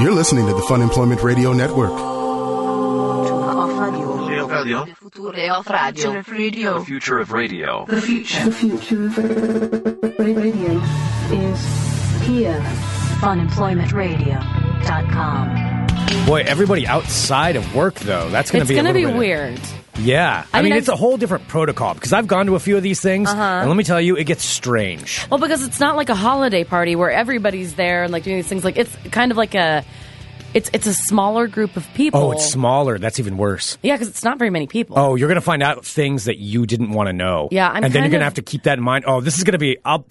You're listening to the Fun Employment Radio Network. Future of Radio. The future of radio. The future. The future of uh, radio is here. FunEmploymentRadio.com. Boy, everybody outside of work though, that's going It's to be going a to be little bit- weird. Yeah, I, I mean, mean, it's a I've- Uh-huh. whole different protocol because I've gone to a few of these things, and let me tell you, it gets strange. Well, because it's not like a holiday party where everybody's there and like doing these things. Like it's kind of like a, it's it's a smaller group of people. Oh, it's smaller. That's even worse. Yeah, because it's not very many people. Oh, you're going to find out things that you didn't want to know. Yeah, I'm and then you're kind going to of- have to keep that in mind. Oh, this is going to be. I'll,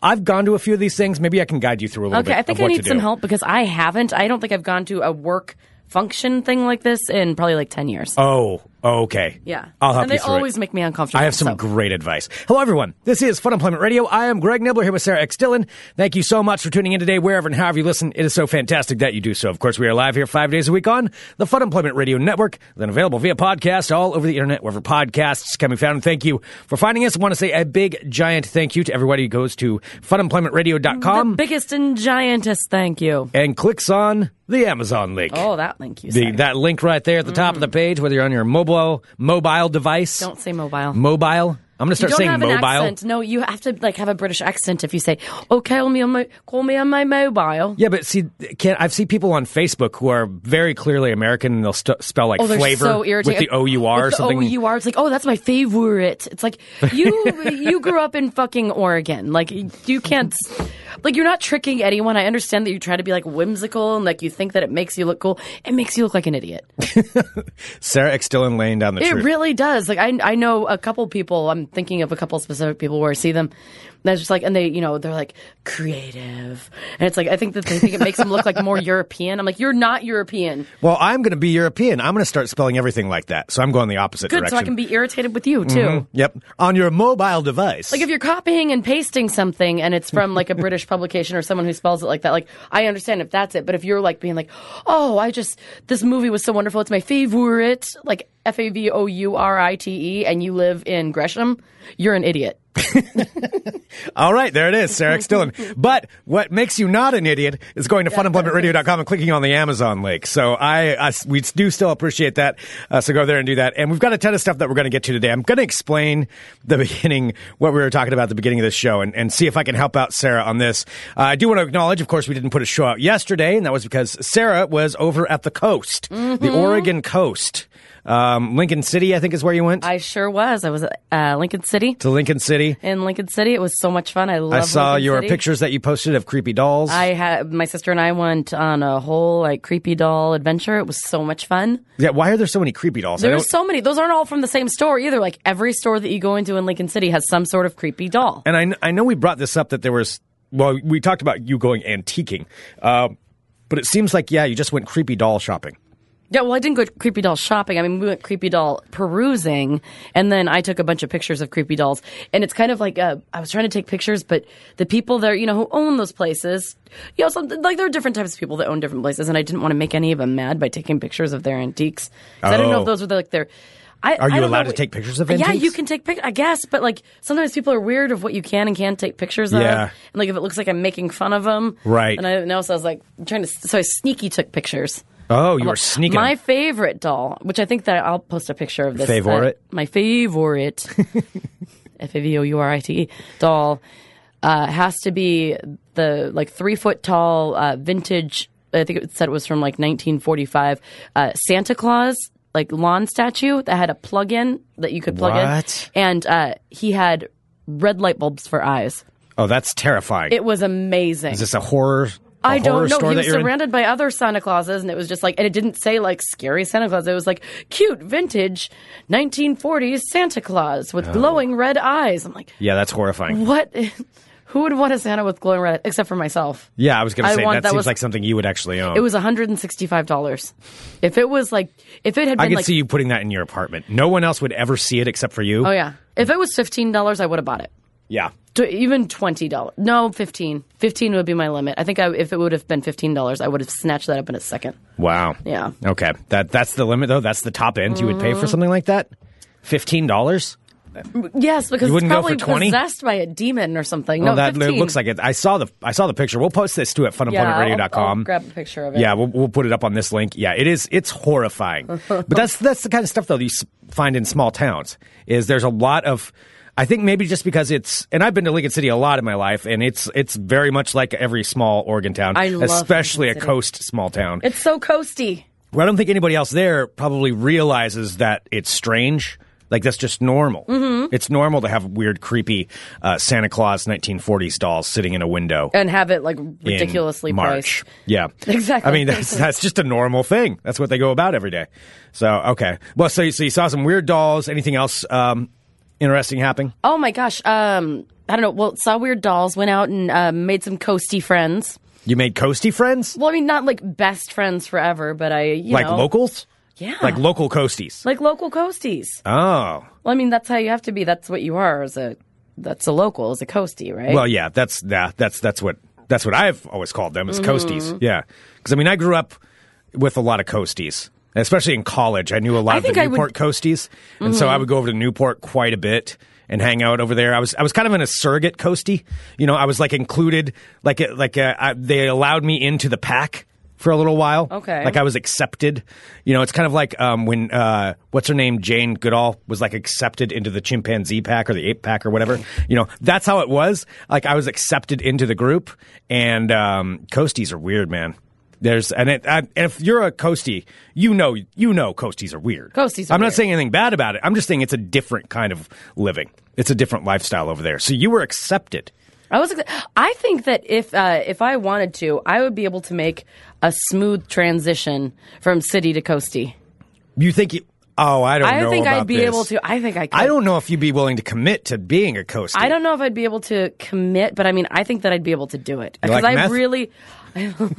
I've gone to a few of these things. Maybe I can guide you through a little okay, bit. I think of I what to need some do. help because I haven't. I don't think I've gone to a work function thing like this in probably like ten years. Oh, okay. yeah, I'll help and you they through it. always make me uncomfortable. I have some so- great advice. Hello, everyone. This is Fun Employment Radio. I am Greg Nibbler here with Sarah X. Dillon. Thank you so much for tuning in today, wherever and however you listen. It is so fantastic that you do so. Of course, we are live here five days a week on the Fun Employment Radio Network, then available via podcast all over the internet, wherever podcasts can be found. And thank you for finding us. I want to say a big, giant thank you to everybody who goes to the funemploymentradio.com biggest and giantest. Thank you. and clicks on the Amazon link. Oh, that link you The, said. that link right there at the top of the page, whether you're on your mobile mobile device, Don't say mobile. mobile. I'm going to you start don't saying have mobile. an accent. No, you have to like have a British accent if you say, "Oh, call me on my call me on my mobile." Yeah, but see, can I've seen people on Facebook who are very clearly American and they'll st- spell like Oh, they're flavor so irritating. with the O U R or With the something. OUR, it's like, oh, that's my favorite. It's like you you grew up in fucking Oregon. Like you can't, like you're not tricking anyone. I understand that you try to be like whimsical and like you think that it makes you look cool. It makes you look like an idiot. Sarah X Dillon laying down the It truth. really does. Like I, I know a couple people. I'm thinking of a couple specific people where I see them. That's just like, and they, you know, they're like creative, and it's like I think that they think it makes them look like more European. I'm like, you're not European. well, I'm going to be European. I'm going to start spelling everything like that. So I'm going the opposite Good, direction. so I can be irritated with you too. Yep, on your mobile device. Like if you're copying and pasting something and it's from like a British publication or someone who spells it like that, like I understand if that's it. But if you're like being like, oh, I just this movie was so wonderful, it's my favorite, like F A V O U R I T E, and you live in Gresham, you're an idiot. All right, there it is, Sarah X Dillon. But what makes you not an idiot is going to funemploymentradio.com and clicking on the Amazon link. So I, I we do still appreciate that. Uh, so go there and do that. And we've got a ton of stuff that we're going to get to today. I'm going to explain the beginning, what we were talking about at the beginning of this show, and, and see if I can help out Sarah on this. Uh, I do want to acknowledge, of course, we didn't put a show out yesterday, and that was because Sarah was over at the coast, Mm-hmm. the Oregon coast. Um, Lincoln City, I think, is where you went. I sure was. I was at uh, Lincoln City. to Lincoln City. In Lincoln City, it was so much fun. I love. I saw Lincoln your City. pictures that you posted of creepy dolls. I had my sister and I went on a whole like creepy doll adventure. It was so much fun. Yeah, why are there so many creepy dolls? I There are don't- so many. Those aren't all from the same store either. Like every store that you go into in Lincoln City has some sort of creepy doll. and I, kn- I know we brought this up that there was, well, we talked about you going antiquing, uh, but it seems like, yeah, you just went creepy doll shopping. Yeah, well, I didn't go creepy doll shopping. I mean, we went creepy doll perusing, and then I took a bunch of pictures of creepy dolls. And it's kind of like uh, I was trying to take pictures, but the people there, you know, who own those places, you know, some, like there are different types of people that own different places, and I didn't want to make any of them mad by taking pictures of their antiques. 'Cause I don't know Oh. if those were like their. I, Are I you don't allowed know. to take pictures of Uh, Yeah, antiques? you can take pictures, I guess, but like sometimes people are weird of what you can and can't take pictures of. Yeah. And like if it looks like I'm making fun of them, Right. And I didn't know, so I was like trying to. So I sneaky took pictures. Oh, you were sneaking. My favorite doll, which I think that I'll post a picture of this. uh, Favorite? my favorite, F A V O U R I T E doll, uh, has to be the like three foot tall uh, vintage. I think it said it was from like 1945. Uh, Santa Claus like lawn statue that had a plug in that you could plug What? in, and uh, he had red light bulbs for eyes. oh, that's terrifying. It was amazing. Is this a horror? a I horror don't know. Store He that was you're in? surrounded by other Santa Clauses, and it was just like, and it didn't say like scary Santa Claus. It was like cute, vintage, 1940s Santa Claus Oh. with glowing red eyes. I'm like, Yeah, that's horrifying. what? Who would want a Santa with glowing red? Except for myself. Yeah, I was going to I say want- that, that seems was- like something you would actually own. It was 165 dollars. If it was like, if it had I been could like, see you putting that in your apartment. No one else would ever see it except for you. oh yeah, if it was 15 dollars, I would have bought it. yeah. Tw- Even twenty dollars? No, fifteen. Fifteen would be my limit. I think I, if it would have been fifteen dollars, I would have snatched that up in a second. Wow. Yeah. Mm-hmm. Okay. That that's the limit though. That's the top end you would pay for something like that. Fifteen dollars. Yes, because You it's wouldn't go probably for 20? possessed by a demon or something. Well, no, that 15. looks like it. I saw the I saw the picture. We'll post this too at yeah, I'll- I'll funandplummetradio.com. grab a picture of it. Yeah, we'll, we'll put it up on this link. Yeah, it is. It's horrifying. but that's that's the kind of stuff though that you s- find in small towns. Is there's a lot of, I think maybe just because it's and I've been to Lincoln City a lot in my life, and it's it's very much like every small Oregon town, I love especially a Lincoln City. coast small town. It's so coasty. Well, I don't think anybody else there probably realizes that it's strange. Like that's just normal. Mm-hmm. It's normal to have weird, creepy uh, Santa Claus 1940s dolls sitting in a window And have it like in ridiculously March. priced. Yeah, Exactly. I mean, that's that's just a normal thing. That's what they go about every day. So okay, well, so so you saw some weird dolls. Anything else um, interesting happening? Oh my gosh. Um, I don't know. Well, saw weird dolls, went out and uh, made some coasty friends. You made coasty friends, Well, I mean, not like best friends forever, but I, you like know, locals, yeah, like local coasties. like local coasties. oh, Well, I mean, that's how you have to be. That's what you are as a, that's a local, as a coastie, right? Well, yeah, that's yeah, that's that's what that's what I've always called them is Mm-hmm. coasties. Yeah, because I mean, I grew up with a lot of coasties, especially in college. I knew a lot I of the think I would- Newport coasties, and so I would go over to Newport quite a bit and hang out over there. I was I was kind of in a surrogate coastie. You know, I was like included, like uh, like uh, I, they allowed me into the pack. For a little while, Okay. Like I was accepted, you know. It's kind of like um, when uh, what's her name, Jane Goodall, was like accepted into the chimpanzee pack or the ape pack or whatever. You know, that's how it was. Like I was accepted into the group, and um, coasties are weird, man. There's and it, I, if you're a coastie, you know you know coasties are weird. Coasties are I'm not weird. saying anything bad about it. I'm just saying it's a different kind of living. It's a different lifestyle over there. So you were accepted. I was. I think that if uh, if I wanted to, I would be able to make a smooth transition from city to coasty. You think you? Oh, I don't I know. think about I'd be this. able to. I think I. Could. I don't know if you'd be willing to commit to being a coastie. I don't know if I'd be able to commit, but I mean, I think that I'd be able to do it because like I meth? really.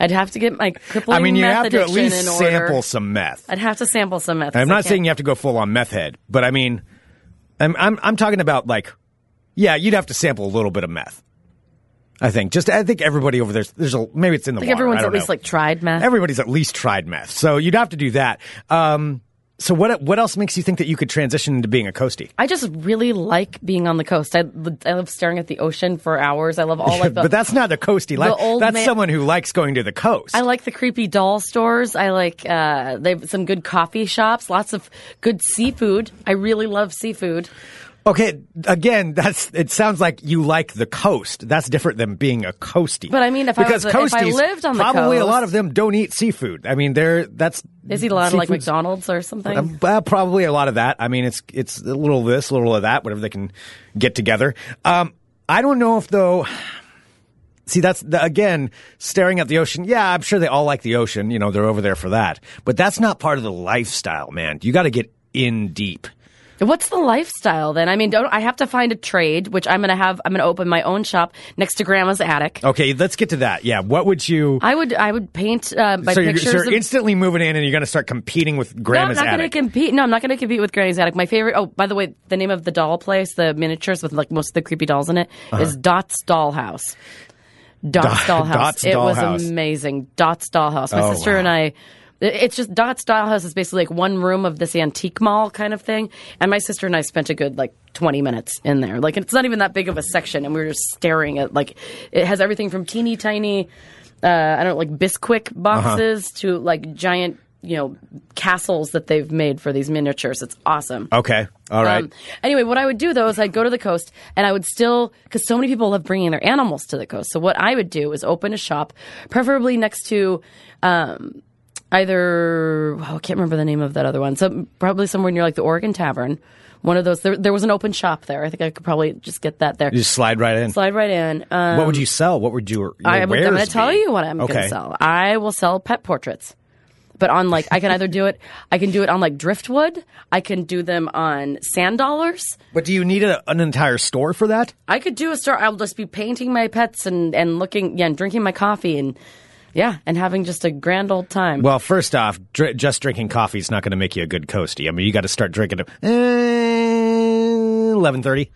I'd have to get my crippling. I mean, you meth have to at addiction least in order. sample some meth. I'd have to sample some meth. I'm not saying you have to go full on meth head, but I mean, I'm I'm I'm talking about like, yeah, you'd have to sample a little bit of meth. I think just I think everybody over there's there's a maybe it's in the Like water. I everyone's don't at least know. like tried meth. everybody's at least tried meth, so you'd have to do that. Um, so what what else makes you think that you could transition into being a coastie? I just really like being on the coast. I, I love staring at the ocean for hours. Oh, I love all like the but that's not a coastie life. old That's man- someone who likes going to the coast. I like the creepy doll stores. I like uh, they have some good coffee shops, lots of good seafood. I really love seafood. Okay, again, that's it sounds like you like the coast. That's different than being a coastie. But I mean, if I because was a- if I coasties, lived on the probably a coast- lot of them don't eat seafood. I mean, they're that's They see a lot of like seafood's- McDonald's or something. Um, uh, probably a lot of that. I mean, it's it's a little of this, a little of that, whatever they can get together. Um, I don't know if though. See, that's the, again staring at the ocean. Yeah, I'm sure they all like the ocean. You know, they're over there for that. But that's not part of the lifestyle, man. You got to get in deep. What's the lifestyle then? I mean, don't I have to find a trade, which I'm gonna have. I'm gonna open my own shop next to Grandma's attic. Okay, let's get to that. Yeah, what would you? I would I would paint uh, by so you're, pictures. so you're of, instantly moving in, and you're going to start competing with grandma's no, I'm not attic. gonna compete. No, I'm not gonna compete with Granny's Attic. My favorite. Oh, by the way, the name of the doll place, the miniatures with like most of the creepy dolls in it, is Dot's Dollhouse. Dot's Dot- Dollhouse. Uh-huh. Dot's it was Dollhouse. amazing. Dot's Dollhouse. My Oh, sister wow. and I. It's just Dot's Dollhouse is basically like one room of this antique mall kind of thing, and my sister and I spent a good like twenty minutes in there. Like it's not even that big of a section, and we were just staring at like it has everything from teeny tiny, uh, I don't know, like Uh-huh. Bisquick boxes to like giant you know castles that they've made for these miniatures. It's awesome. okay, all right. Um, anyway, what I would do though is I'd go to the coast and I would still, because so many people love bringing their animals to the coast. So what I would do is open a shop, preferably next to um, either oh, I can't remember the name of that other one. So probably somewhere near like the Oregon Tavern, one of those. There, there was an open shop there. I think I could probably just get that there. you just slide right in. Slide right in. Um, what would you sell? What would you? Your I, am going to wares tell be? you what I'm going Okay. to sell. I will sell pet portraits. But on like, I can either do it, I can do it on like driftwood. I can do them on sand dollars. But do you need a, an entire store for that? I could do a store. I'll just be painting my pets and and looking, yeah, and drinking my coffee and yeah, and having just a grand old time. Well, first off, dr- just drinking coffee is not going to make you a good coastie. I mean, you got to start drinking at eh, eleven thirty,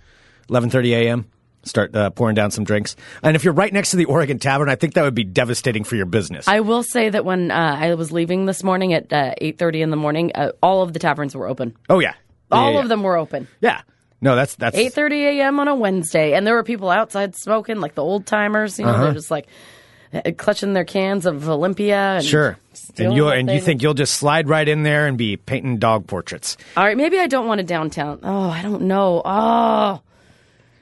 eleven thirty a.m. Start uh, pouring down some drinks, and if you're right next to the Oregon Tavern, I think that would be devastating for your business. I will say that when uh, I was leaving this morning at uh, eight thirty in the morning, uh, all of the taverns were open. oh yeah, All yeah, yeah. of them were open. Yeah. No, that's that's 8:30 a.m. on a Wednesday, and there were people outside smoking, like the old timers. You Uh-huh. know, they're just like eh, clutching their cans of Olympia. And sure. stealing And you what and you they- think you'll just slide right in there and be painting dog portraits all right, maybe I don't want a downtown. Oh, I don't know. Oh,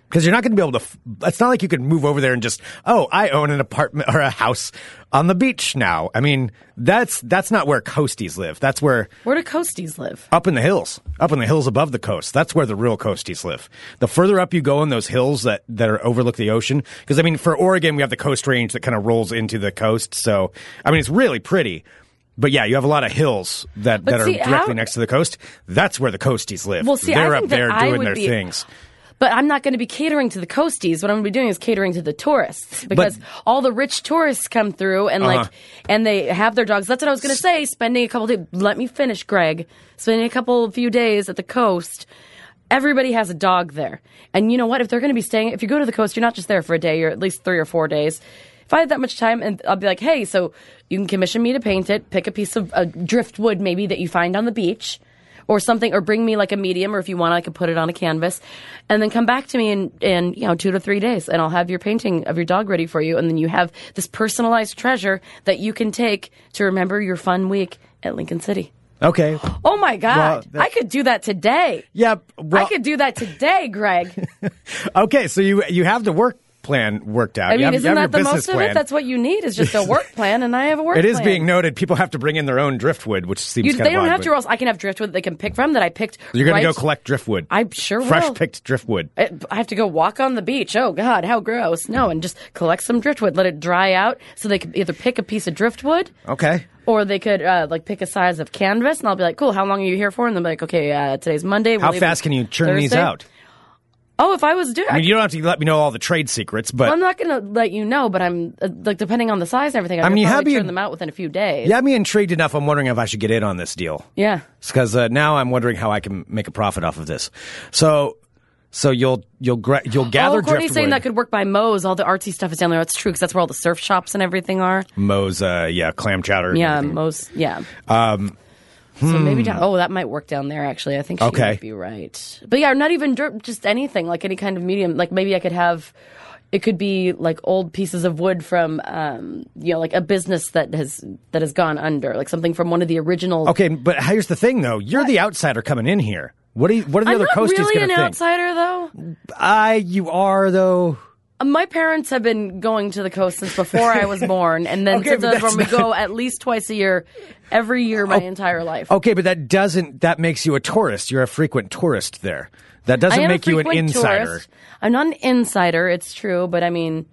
because you're not going to be able to. f- It's not like you can move over there and just oh, I own an apartment or a house on the beach now. I mean, that's that's not where coasties live. That's where where do coasties live? up in the hills, up in the hills above the coast. That's where the real coasties live. The further up you go in those hills that, that are overlook the ocean, because I mean, for Oregon, we have the coast range that kind of rolls into the coast. So, I mean, it's really pretty. But yeah, you have a lot of hills that, that see, are directly how- next to the coast. That's where the coasties live. Well, see, I They're think up that there I doing would their be- things. But I'm not going to be catering to the coasties. What I'm going to be doing is catering to the tourists because all the rich tourists come through and like, and they have their dogs. That's what I was going to say. Spending a couple days, let me finish, Greg. Spending a couple few days at the coast. Everybody has a dog there, and you know what? If they're going to be staying, if you go to the coast, you're not just there for a day. You're at least three or four days. If I had that much time, and I'll be like, hey, so you can commission me to paint it. Pick a piece of uh, driftwood, maybe that you find on the beach or something, or bring me like a medium, or if you want, I can put it on a canvas, and then come back to me in, in you know two to three days, and I'll have your painting of your dog ready for you, and then you have this personalized treasure that you can take to remember your fun week at Lincoln City. Okay. Oh my God, that- I could do that today. Yeah. Well, I could do that today, Greg. okay. So you, you have the work plan worked out. I You mean, have- you isn't that have the your most business of plan. it? That's what you need is just a work plan, and I have a work. it is plan. being noted. People have to bring in their own driftwood, which seems You, kind they of don't odd, have to. but- Or else I can have driftwood that they can pick from that I picked. You're going right- to go collect driftwood. I sure Fresh will. picked driftwood. I I have to go walk on the beach. Oh God, how gross! No, and just collect some driftwood, let it dry out, so they could either pick a piece of driftwood, Okay. or they could uh, like pick a size of canvas, and I'll be like, "Cool, how long are you here for?" And they'll be like, "Okay, uh, today's Monday." How fast can you churn these out? Oh, if I was doing, I mean, you don't have to let me know all the trade secrets, but I'm not gonna let you know, but I'm uh, like depending on the size and everything. I, mean, mean, you probably have turn you- them out within a few days. yeah, I'm intrigued enough. I'm wondering if I should get in on this deal yeah. because uh, now I'm wondering how I can make a profit off of this. So, so you'll you'll gra- you'll gather oh, Courtney's driftwood. saying that could work by Moe's. All the artsy stuff is down there. That's true because that's where all the surf shops and everything are. Moe's, uh, yeah, clam chowder. and Yeah, everything. hmm. most. Yeah. Um, so maybe down, oh, that might work down there. Actually, I think she Okay. might be right. But yeah, not even dirt, just anything like any kind of medium. Like maybe I could have. It could be like old pieces of wood from, um, you know, like a business that has that has gone under, like something from one of the original. Okay, but here's the thing, though. You're the outsider coming in here. What are you, what are the I'm other not coasties really going an to think? outsider though. I you are though. My parents have been going to the coast since before I was born, and then Okay, to but the, that's when we not- Oh. go at least twice a year, every year my entire life. Okay, but that doesn't that makes you a tourist. You're a frequent tourist there. That I doesn't am a make you an frequent insider. tourist. I'm not an insider. It's true, but I mean,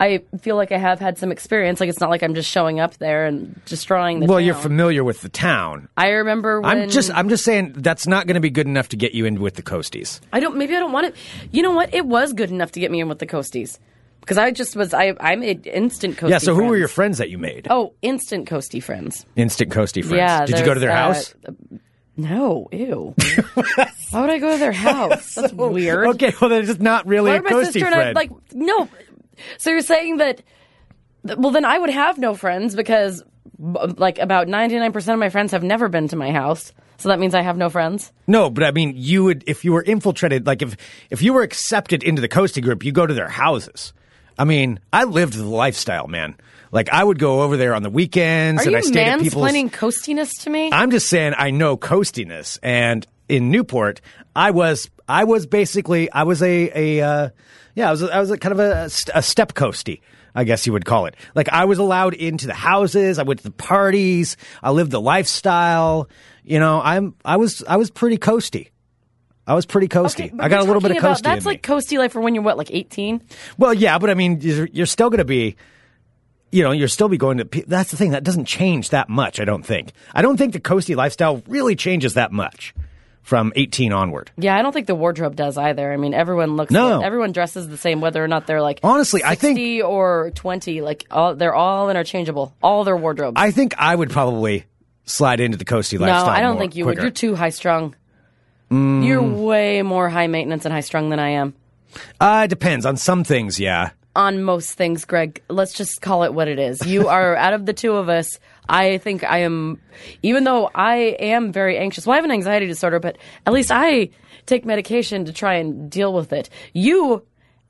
I feel like I have had some experience. Like it's not like I'm just showing up there and destroying the. Well, you're town. familiar with the town. I remember when I'm just I'm just saying that's not going to be good enough to get you in with the coasties. I don't. Maybe I don't want it. You know what? It was good enough to get me in with the coasties because I just was. I I made instant coastie. Yeah. So who were your friends? friends that you made? Oh, instant coastie friends. Instant coastie friends. Yeah. Did you go to there's their that- house? No, ew. Why would I go to their house? That's weird. Okay. Well, they're just not really Why a would my coastie sister friend. and I like no? So you're saying that? th- Well, then I would have no friends because b- like about 99 percent of my friends have never been to my house. So that means I have no friends. no, but I mean, you would if you were infiltrated. Like if if you were accepted into the coastie group, you go to their houses. I mean, I lived the lifestyle, man. Like I would go over there on the Are weekends, and you I stayed at people's. mansplaining coastiness to me? I'm just saying I know coastiness, and in Newport, I was I was basically I was a a uh, yeah I was I was a kind of a, a step coasty. I guess you would call it. Like I was allowed into the houses. I went to the parties. I lived the lifestyle. You know, I'm I was I was pretty coasty. I was pretty coasty. Okay, but I got we're a little bit of talking about- coasty. That's in me. like coasty life for when you're what, like 18? Well, yeah, but I mean, you're, you're still going to be, you know, you're still be going to. pe- That's the thing that doesn't change that much. I don't think. I don't think the coasty lifestyle really changes that much from 18 onward. Yeah, I don't think the wardrobe does either. I mean, everyone looks, No. everyone dresses the same, whether or not they're like Honestly, I think- 60 or 20. Like, all, they're all interchangeable. All their wardrobes. I think I would probably slide into the coasty no, lifestyle. I don't more think you quicker. Mm. would. You're too high strung. You're way more high maintenance and high strung than I am. Uh, it depends on some things. Yeah, On most things, Greg, let's just call it what it is. You are, out of the two of us, I think I am, even though I am very anxious. Well, I have an anxiety disorder, but at least I take medication to try and deal with it. You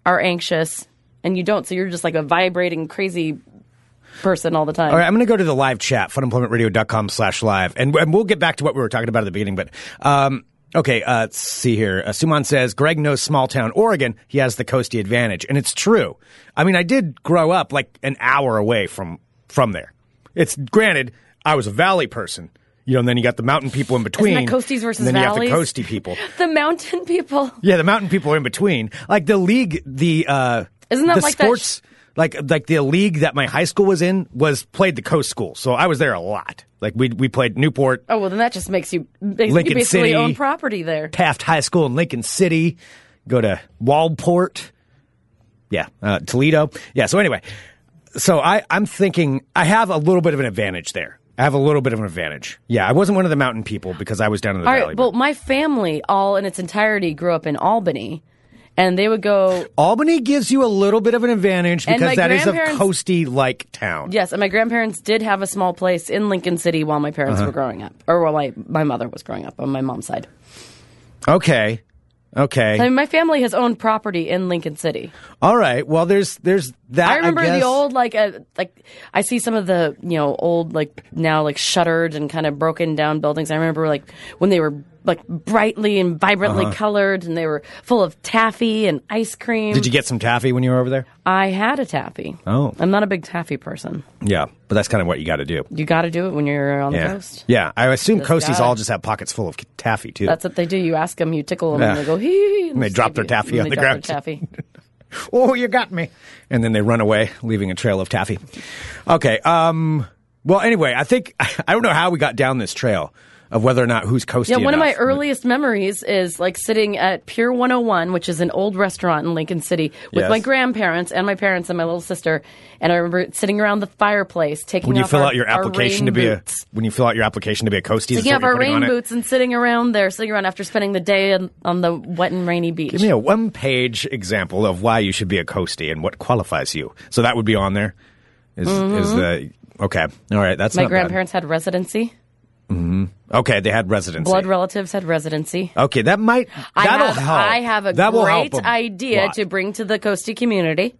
are anxious and you don't, so you're just like a vibrating crazy person all the time. All right, I'm going to go to the live chat, funemploymentradio.com slash live, and, and we'll get back to what we were talking about at the beginning. But um, okay, uh, let's see here. Uh, Suman says Greg knows small town Oregon. He has the coasty advantage, and it's true. I mean, I did grow up like an hour away from from there. It's granted, I was a valley person. You know, and then you got the mountain people in between. coasties versus and then you valleys? have the coasty people. The mountain people. Yeah, the mountain people are in between. Like the league, the uh, Isn't that the like that sports? like like the league that my high school was in was played the coast school, so I was there a lot. Like we we played Newport, Oh well, then that just makes you makes you Lincoln basically City. own property there. Taft High School in Lincoln City, go to Walport, yeah, uh, Toledo, yeah. So anyway, so I I'm thinking I have a little bit of an advantage there. I have a little bit of an advantage. Yeah, I wasn't one of the mountain people because I was down in the All valley. right, but well, my family all in its entirety grew up in Albany, and they would go. Albany gives you a little bit of an advantage And because my that is a grandparents- coasty like town. Yes, and my grandparents did have a small place in Lincoln City while my parents Uh-huh. were growing up, or while my, my mother was growing up on my mom's side. Okay. Okay. I mean, my family has owned property in Lincoln City. All right. Well, there's there's that. I remember guess. the old like uh, like I see some of the you know old like now like shuttered and kind of broken down buildings. I remember like when they were like brightly and vibrantly Uh-huh. colored and they were full of taffy and ice cream. Did you get some taffy when you were over there? I had a taffy. Oh. I'm not a big taffy person. Yeah, but that's kind of what you got to do. You got to do it when you're on Yeah. the coast. Yeah. I assume Just coasties gotta- all just have pockets full of taffy too. That's what they do. You ask them, you tickle them, and Yeah. they go hee. And they drop their taffy on the ground. taffy. oh, you got me. And then they run away, leaving a trail of taffy. Okay. Um. Well, anyway, I think I don't know how we got down this trail of whether or not who's coasty. Yeah, one of my enough. earliest memories is like sitting at Pier 101, which is an old restaurant in Lincoln City, with Yes. my grandparents and my parents and my little sister. And I remember sitting around the fireplace taking When you off fill our- out your our rain application to be a boots. when you fill out your application to be a coastie, that's Taking what off you're our putting rain on it. boots and sitting around there, sitting around after spending the day on, on the wet and rainy beach. Give me a one page example of why you should be a coastie and what qualifies you. So that would be on there. Is- is the okay? All right, that's Mm-hmm. my not bad. grandparents had residency. Okay, they had residency. Blood relatives had residency. okay, that might I that'll have, help. I have a that will help great a idea lot. to bring to the Coastie community.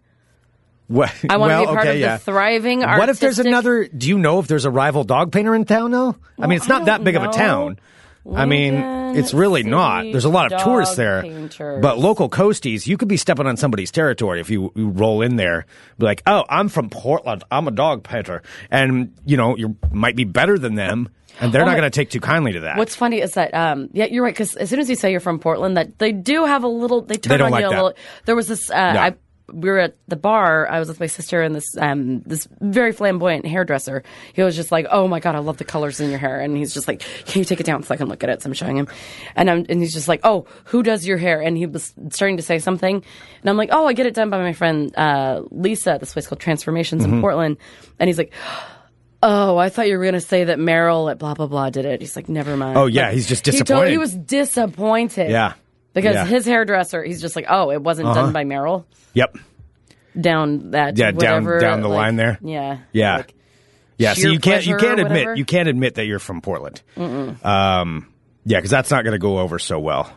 Well, I want to well, be part okay, of yeah. the thriving artistic. What if there's another? Do you know if there's a rival dog painter in town now? I mean, it's I not that don't big of know. a town. I mean, Lincoln it's really not. City There's a lot of dog tourists there, painters. but local coasties, you could be stepping on somebody's territory if you, you roll in there. Be like, oh, I'm from Portland. I'm a dog painter, and you know you might be better than them, and they're not my- going to take too kindly to that. What's funny is that um, yeah, you're right. Because as soon as you say you're from Portland, that they do have a little. They turn They don't on you like a that. little. There was this. Uh, No. I, we were at the bar. I was with my sister and this um, this very flamboyant hairdresser. He was just like, "Oh my god, I love the colors in your hair," and he's just like, "Can you take it down so I can look at it?" So I'm showing him, and I'm and he's just like, "Oh, who does your hair?" And he was starting to say something, and I'm like, "Oh, I get it done by my friend uh, Lisa at this place called Transformations Mm-hmm. in Portland," and he's like. Oh, I thought you were going to say that Meryl at blah blah blah did it. He's like, never mind. Oh, yeah, Like, he's just he told- disappointed. He, was disappointed. Yeah. because Yeah. his hairdresser, he's just like, oh, it wasn't done by Meryl. yep. Down that, Yeah, down- whatever, down the like- line there. Yeah, Yeah. Like, Yeah, so sheer you can't you pleasure can't or admit whatever. you can't admit that you're from Portland. Um, yeah, because that's not going to go over so well.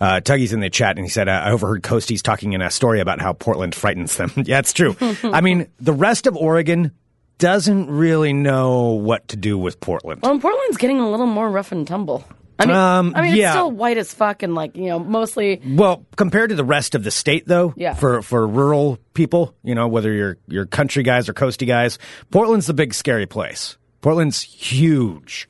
Uh, Tuggy's in the chat and he said, "I overheard Coasties talking in a story about how Portland frightens them." yeah, it's true. I mean, the rest of Oregon doesn't really know what to do with Portland. well, and Portland's getting a little more rough and tumble. I mean, Um, I mean, yeah. it's still white as fuck, and like you know, mostly Well, compared to the rest of the state, though, Yeah. for for rural people, you know, whether you're you're country guys or coasty guys, Portland's the big scary place. Portland's huge,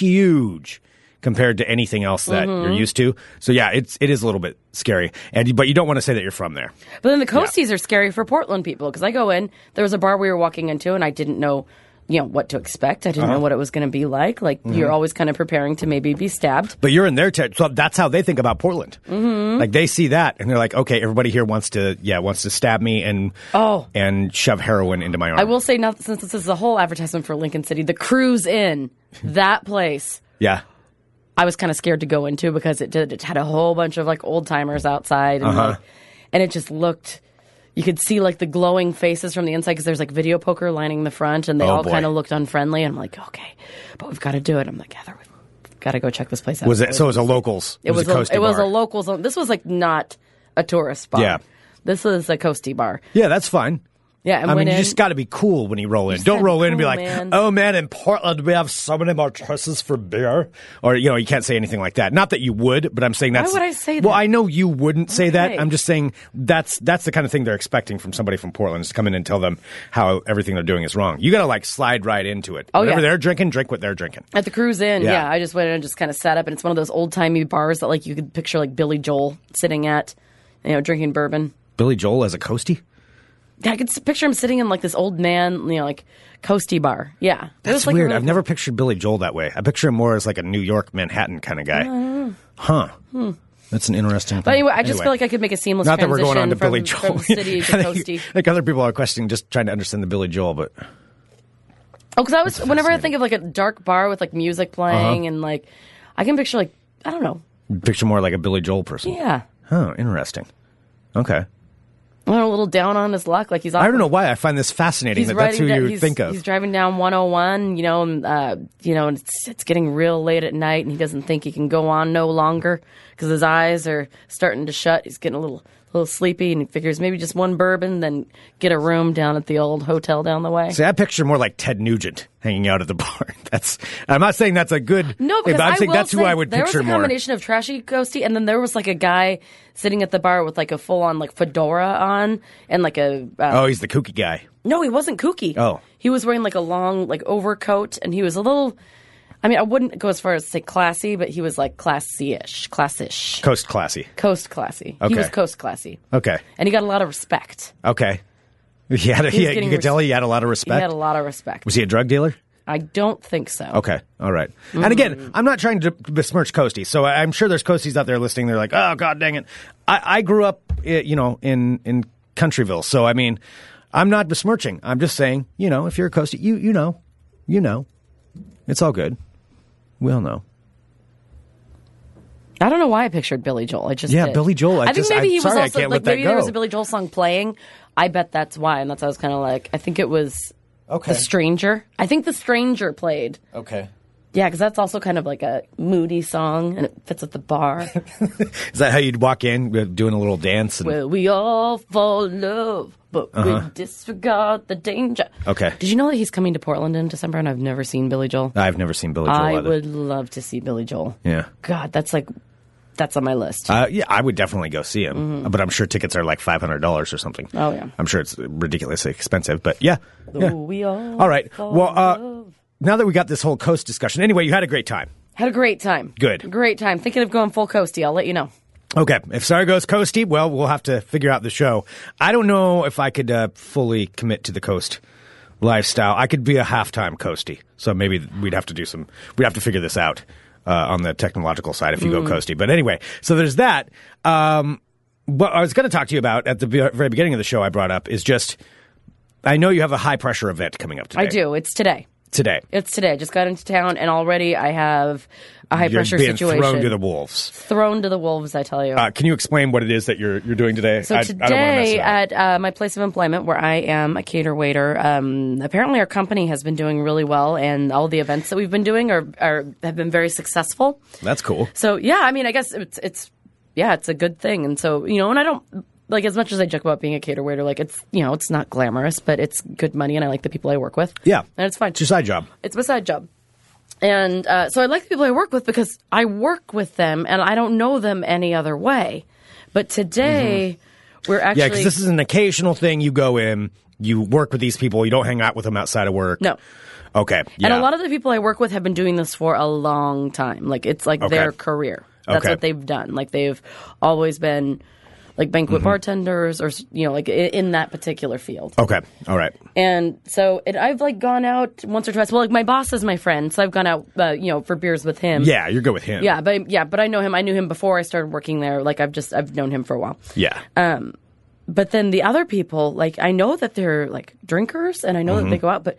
huge compared to anything else that Mm-hmm. you're used to. So yeah, it's it is a little bit scary, and but you don't want to say that you're from there. But then the coasties are scary for Portland people because I go in. There was a bar we were walking into, and I didn't know, you know, what to expect. I didn't Uh-huh. know what it was going to be like. Like Mm-hmm. you're always kind of preparing to maybe be stabbed. But you're in their territory. So that's how they think about Portland. Mm-hmm. Like they see that, and they're like, okay, everybody here wants to yeah wants to stab me and Oh. and shove heroin into my arm. I will say, not since this is a whole advertisement for Lincoln City, the Cruise Inn, that place, yeah. I was kind of scared to go into Uh-huh. because it did it had a whole bunch of like old timers outside and like, and it just looked. you could see like the glowing faces from the inside because there's like video poker lining the front, and they Oh, all boy. kind of looked unfriendly. And I'm like, okay, but we've got to do it. I'm like, Heather, we've got to go check this place out. Was it? So it was a locals. It was, a coastal it was bar. a local. zone. This was like not a tourist bar. Yeah. This is a coasty bar. Yeah, that's fine. Yeah, and I mean, went you in. just got to be cool when you roll in. just Don't gotta roll be in and be cool, like, man. "Oh man, in Portland we have so many more choices for beer," or you know, you can't say anything like that. Not that you would, but I'm saying that's. would I say Well, that? I know you wouldn't say that. Okay. I'm just saying that's that's the kind of thing they're expecting from somebody from Portland is to come in and tell them how everything they're doing is wrong. You got to like slide right into it. Oh, Whatever yeah. they're drinking, drink what they're drinking. At the cruise inn, Yeah. yeah. I just went and just kind of sat up, and it's one of those old timey bars that like you could picture like Billy Joel sitting at, you know, drinking bourbon. Billy Joel as a coastie. Yeah, I could s- picture him sitting in like this old man, you know, like coasty bar. Yeah, It That's was, like, a weird. really I've never pictured Billy Joel that way. I picture him more as like a New York, Manhattan kind of guy. Huh. That's an interesting. Mm-hmm. Hmm. But anyway, I just feel like I could make a seamless. Not that we're going on to transition Billy from- Joel. from city to I think- coasty. I think other people are questioning, just trying to understand the Billy Joel, but Oh, because I was whenever I think of like a dark bar with like music playing Uh-huh. and like, I can picture like I don't know. picture more like a Billy Joel person. Yeah, Huh, interesting. Okay. I don't know, a little down on his luck, like he's. Off I don't know why I find this fascinating He's that that's who riding down- you he's- think of. He's driving down 101, you know, and uh, you know, and it's, it's getting real late at night, and he doesn't think he can go on no longer because his eyes are starting to shut. He's getting a little, little sleepy, and he figures maybe just one bourbon, then get a room down at the old hotel down the way. See, I picture more like Ted Nugent hanging out at the bar. That's. I'm not saying that's a good. No, because but I'm I saying will that's who say I would there picture was a more. combination of trashy ghosty, and then there was like a guy sitting at the bar with like a full on like fedora on and like a uh, Oh, he's the kooky guy. No, he wasn't kooky. Oh. He was wearing like a long like overcoat and he was a little I mean, I wouldn't go as far as to say classy, but he was like classy-ish, classish, Coast classy. coast classy. Okay. He was coast classy, Okay. and he got a lot of respect. Okay. He had a, he was had- you getting could tell res- he had a lot of He respect. had a lot of respect. Was he Oh. a drug dealer? I don't think so. Okay. All right. And again, I'm not trying to besmirch Coasties. So I- I'm sure there's Coasties out there listening. They're like, oh, God dang it. I, I grew up, eh, you know, in, in Countryville. So, I mean, I'm not besmirching. I'm just saying, you know, if you're a Coastie, you, you know, you know, it's all good. We all know. I don't know why I pictured Billy Joel. I just Yeah, did. Billy Joel. I think just- maybe I'm he was sorry, I also can't like let that maybe there was go. a Billy Joel song playing. I bet that's why, and that's why I was kind of like, I think it was Okay. The Stranger. I think The Stranger played. Okay. Yeah, because that's also kind of like a moody song, and it fits at the bar. Is that how you'd walk in uh, doing a little dance? And, Where we all fall in love, but we disregard the danger. Uh-huh. Okay. Did you know that he's coming to Portland in December, and I've never seen Billy Joel? I've never seen Billy Joel I either. would love to see Billy Joel. Yeah. God, that's like, that's on my list. Uh, yeah, I would definitely go see him, but I'm sure tickets are like five hundred dollars or something. Mm-hmm. Oh, yeah. I'm sure it's ridiculously expensive, but yeah, yeah. Ooh, we all. All right. fall Well, in uh, love. now that we got this whole coast discussion, anyway, you had a great time. had a great time. Good. great time. Thinking of going full coasty. I'll let you know. Okay, if Sarah goes coasty, well, we'll have to figure out the show. I don't know if I could uh, fully commit to the coast lifestyle. I could be a halftime coasty, so maybe we'd have to do some. We'd have to figure this out uh, on the technological side if you Mm. go coasty. But anyway, so there's that. Um, what I was going to talk to you about at the be- very beginning of the show, I brought up is just. I know you have a high pressure event coming up today. I do. It's today. today. It's today. I just got into town, and already I have a high You're pressure being situation. thrown to the wolves. Thrown to the wolves. I tell you. Uh, can you explain what it is that you're you're doing today? So I, today I don't want to mess it up. at uh, my place of employment, where I am a cater waiter, um, apparently our company has been doing really well, and all the events that we've been doing are, are have been very successful. That's cool. So yeah, I mean, I guess it's it's yeah, it's a good thing, and so you know, and I don't like as much as I joke about being a cater waiter, like it's you know, it's not glamorous, but it's good money, and I like the people I work with. Yeah, and it's fine. It's your side job. It's my side job. And uh, so I like the people I work with because I work with them and I don't know them any other way. But today, we're actually. Mm-hmm. Yeah, because this is an occasional thing. You go in, you work with these people. You don't hang out with them outside of work. No. Okay. And yeah. a lot of the people I work with have been doing this for a long time. Like it's like Okay. their career. That's Okay. what they've done. Like they've always been like Mm-hmm. banquet bartenders or you know like i- in that particular field. Okay. All right. And so and I've like gone out once or twice. Well, like my boss is my friend, so I've gone out uh, you know for beers with him. Yeah, you're good with him. Yeah, but yeah, but I know him. I knew him before I started working there. Like I've just I've known him for a while. Yeah. Uh, But then the other people, like I know that they're Mm-hmm. like drinkers and I know that they go out, but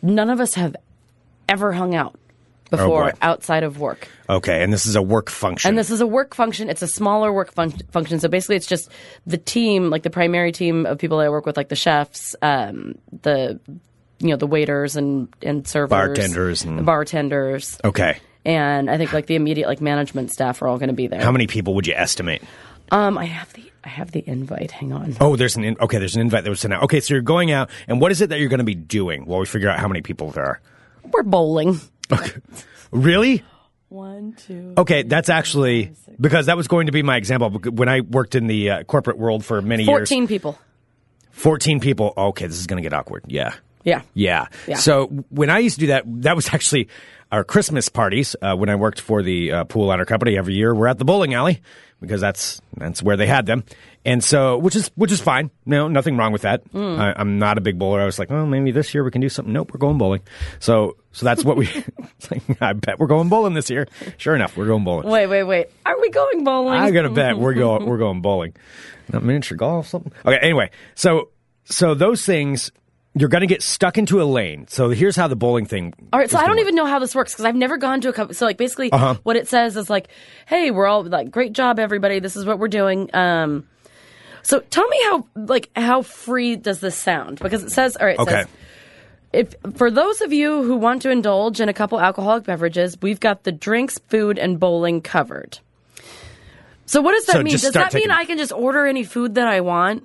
none of us have ever hung out. before Oh, boy. outside of work. Okay, and this is a work function. And this is a work function. It's a smaller work func- function. So basically, it's just the team, like the primary team of people that I work with, like the chefs, um, the you know the waiters and and servers, Bartenders and- Oh. the bartenders, okay. and I think like the immediate like management staff are all going to be there. How many people would you estimate? Um, I have the I have the invite. Hang on. Oh, there's an in- okay. There's an invite that was sent out. Okay, so you're going out, and what is it that you're going to be doing while we figure out how many people there are? We're bowling. Really? One, two. Okay, that's actually because that was going to be my example. bec- When I worked in the uh, corporate world for many years, Fourteen people. 14 people. Okay, this is going to get awkward. Yeah. Yeah. Yeah. Yeah. So when I used to do that, that was actually our Christmas parties uh, when I worked for the uh, pool liner company. Every year, we're at the bowling alley because that's that's where they had them, and so which is which is fine. No, nothing wrong with that. I, I'm not a big bowler. I was like, well, maybe this year we can do something. Nope, we're going bowling. So so that's what we. it's like, I bet we're going bowling this year. Sure enough, we're going bowling. Wait, wait, wait. Are we going bowling? I gotta bet we're going we're going bowling, not miniature golf something. Okay, anyway, so so those things you're gonna get stuck into a lane. So here's how the bowling thing. All right, so is I gonna don't work. even know how this works because I've never gone to a couple. So like basically, Uh-huh. what it says is like, "Hey, we're all like, great job, everybody. This is what we're doing." Um, so tell me how like how free does this sound? Because it says, "All right, it Okay. says, if for those of you who want to indulge in a couple alcoholic beverages, we've got the drinks, food, and bowling covered." So what does that So mean? just Does start that mean taking- I can just order any food that I want?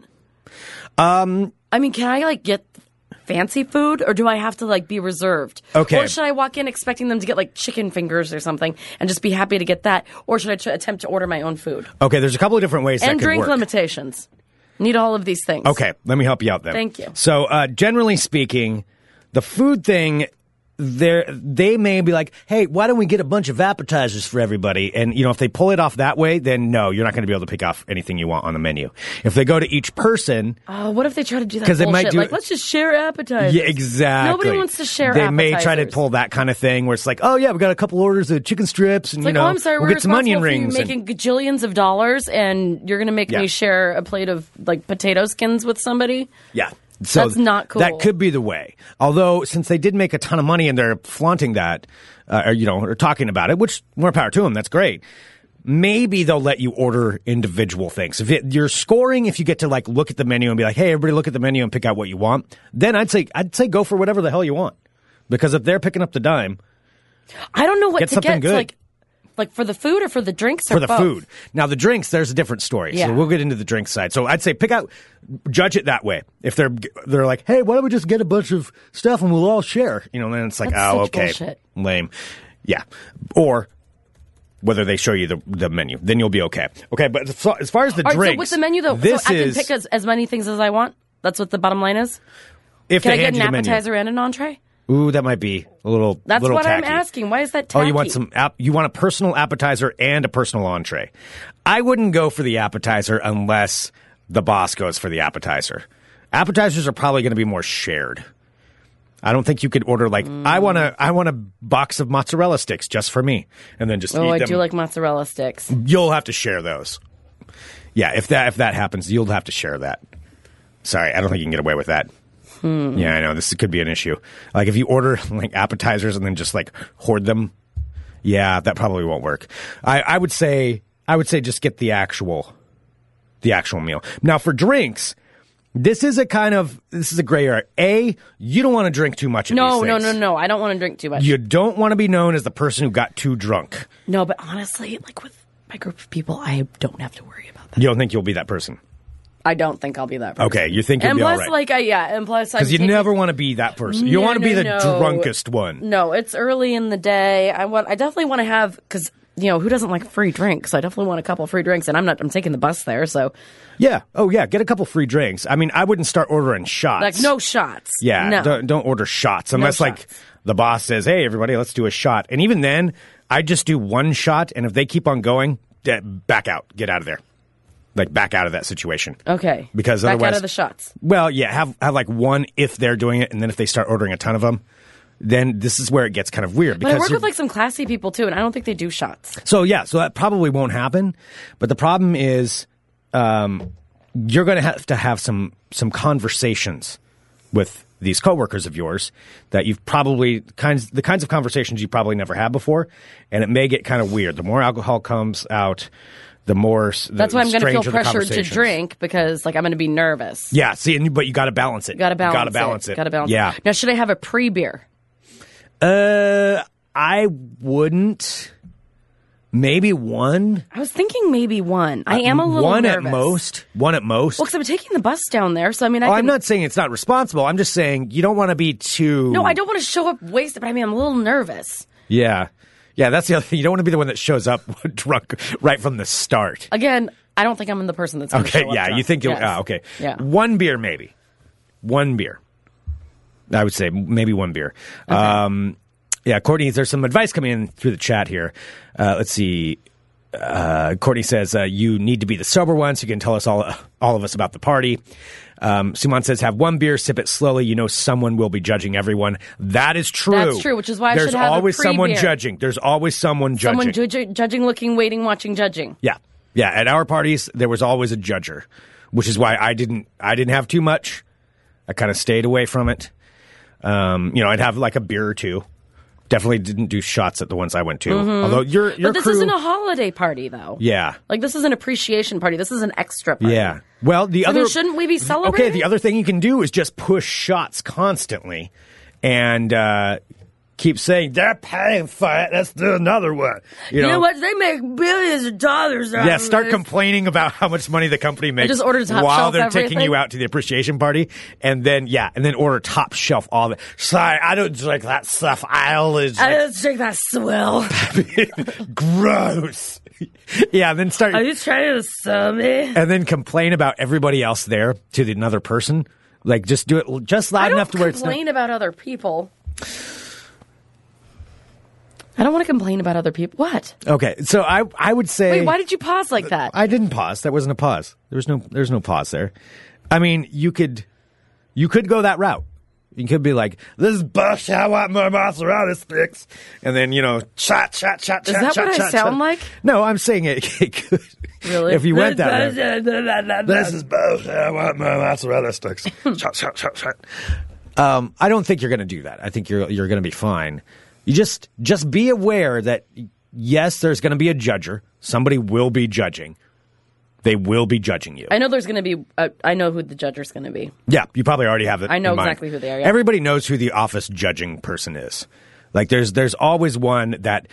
Um, Um, I mean, can I like get fancy food or do I have to like be reserved? Okay. Or should I walk in expecting them to get like chicken fingers or something and just be happy to get that? Or should I tr- attempt to order my own food? Okay, there's a couple of different ways and that could drink work. limitations. Need all of these things. Okay, let me help you out then. Thank you. So, uh, generally speaking, the food thing, there they may be like, "Hey, why don't we get a bunch of appetizers for everybody?" And you know, if they pull it off that way, then no, you're not going to be able to pick off anything you want on the menu. If they go to each person, Oh, what if they try to do that? Because 'Cause they might do- like let's just share appetizers. Yeah, exactly. Nobody wants to share. They may try to appetizers. pull that kind of thing where it's like, oh yeah, we got a couple orders of chicken strips, and It's like, you know, oh, I'm sorry, we'll we're get some responsible onion for you rings. and- making gajillions of dollars, and you're going to make Yeah. me share a plate of like potato skins with somebody. yeah. So That's not cool. That could be the way. Although, since they did make a ton of money and they're flaunting that, uh, or you know, or talking about it, which more power to them. That's great. Maybe they'll let you order individual things. If it, you're scoring, if you get to like look at the menu and be like, "Hey, everybody, look at the menu and pick out what you want," then I'd say I'd say go for whatever the hell you want, because if they're picking up the dime, I don't know what Get to something get. good. So, like, like for the food or for the drinks or for the both? food. Now the drinks, there's a different story. Yeah. So we'll get into the drink side. So I'd say pick out, judge it that way. If they're they're like, hey, why don't we just get a bunch of stuff and we'll all share? You know, then it's like, That's oh, such okay, bullshit. lame. Yeah, or whether they show you the the menu, then you'll be okay. Okay, but as far- as far as the All right, drinks, so what's the menu though? This so I is can pick as, as many things as I want. That's what the bottom line is. if Can they I get hand an you the menu. appetizer and an entree? Ooh, that might be a little. That's little what I'm tacky. asking. Why is that Oh, tacky? you want some app? You want a personal appetizer and a personal entree? I wouldn't go for the appetizer unless the boss goes for the appetizer. Appetizers are probably going to be more shared. I don't think you could order like I want to. I want a box of mozzarella sticks just for me, and then just Oh, eat I them. do like mozzarella sticks. You'll have to share those. Yeah, if that if that happens, you'll have to share that. Sorry, I don't think you can get away with that. Hmm. Yeah, I know this could be an issue. Like if you order like appetizers and then just like hoard them, yeah, that probably won't work. I, I would say I would say just get the actual the actual meal. Now for drinks, this is a kind of this is a gray area. A, you don't want to drink too much. Of No, these no, things. no, no. I don't want to drink too much. You don't want to be known as the person who got too drunk. No, but honestly, like with my group of people, I don't have to worry about that. You don't think you'll be that person. I don't think I'll be that. Person. Okay, you think you'll And be all plus, right. like, I, yeah, and plus, Because you never want to be that person. You No, want to be no, the no. drunkest one. No, it's early in the day. I want. I definitely want to have because you know who doesn't like free drinks. I definitely want a couple free drinks, and I'm not. I'm taking the bus there, so Yeah. Oh, yeah. Get a couple free drinks. I mean, I wouldn't start ordering shots. like no shots. Yeah. no. Don't, don't order shots unless, like, shots. the boss says, hey, everybody, let's do a shot. And even then, I just do one shot. And if they keep on going, d- back out. Get out of there. Like, back out of that situation. okay, Because back otherwise. out of the shots. Well, yeah. Have, have like one if they're doing it. And then if they start ordering a ton of them, then this is where it gets kind of weird. But Because I work you're- with like some classy people too, and I don't think they do shots. So yeah, so that probably won't happen. But the problem is, um, you're going to have to have some some conversations with these coworkers of yours that you've probably kinds the kinds of conversations you probably never had before, and it may get kind of weird. The more alcohol comes out, the more s- the That's why I'm going to stranger feel the pressured to conversations. drink because like I'm going to be nervous. Yeah, see, and, you- but you got to balance it. Got to balance. Got to balance it. Got to balance. Yeah. It. Now, should I have a pre beer? Uh, I wouldn't. Maybe one. I was thinking maybe one. I am a little one nervous. at most. One at most. Well, because I'm taking the bus down there, so I mean, I oh, can, I'm not saying it's not responsible. I'm just saying you don't want to be too. No, I don't want to show up wasted, but I mean, I'm a little nervous. Yeah. Yeah, that's the other thing. You don't want to be the one that shows up drunk right from the start. Again, I don't think I'm the person that's going to Okay, Show up yeah, drunk. you think you'll. Yes. ah, okay. Yeah. One beer, maybe. One beer. I would say maybe one beer. Um, yeah, Courtney, there's some advice coming in through the chat here. Uh, let's see. Uh, Courtney says uh, you need to be the sober one, so you can tell us all all of us about the party. Um, Suman says have one beer, sip it slowly. You know someone will be judging everyone. That is true. That's true, which is why I there's should have a always someone pre-beer. judging. There's always someone judging. Someone judging, judging, looking, waiting, watching, judging. Yeah. Yeah. At our parties, there was always a judger, which is why I didn't, I didn't have too much. I kind of stayed away from it. Um, you know, I'd have like a beer or two. Definitely didn't do shots at the ones I went to. Although your, your Mm-hmm. but this crew. isn't a holiday party, though. yeah. Like this is an appreciation party. This is an extra party. Yeah. Well, the So other then shouldn't we be celebrating? Okay, the other thing you can do is just push shots constantly and uh, keep saying they're paying for it. Let's do another one. You, You know what? They make billions of dollars. Out Yeah, of start this. complaining about how much money the company makes. just ordered top while shelf they're taking everything. you out to the appreciation party, and then yeah, and then order top shelf all the. Sorry, I don't drink that stuff. I always I like, don't think that's swell. gross. yeah, and then start Are you trying to sell me? and then complain about everybody else there to the another person. Like just do it l- just loud I don't enough to where it's not. complain about other people. I don't want to complain about other people. What? Okay, so I I would say Wait, why did you pause like that? I didn't pause. That wasn't a pause. There was no there's no pause there. I mean, you could you could go that route. You could be like, "This is bush. I want more mozzarella sticks," and then you know, shot, shot, shot, Is shot, that shot, what I shot, sound shot. like? No, I'm saying it. it could. Really? If you went that route, This is bush. I want more mozzarella sticks. shot, shot, shot, shot. Um, I don't think you're going to do that. I think you're you're going to be fine. You just just be aware that yes, there's going to be a judger. Somebody will be judging. They will be judging you. I know there's going to be. Uh, I know who the judger's going to be. Yeah, you probably already have it. I know in mind. exactly who they are, yeah. Everybody knows who the office judging person is. Like there's there's always one that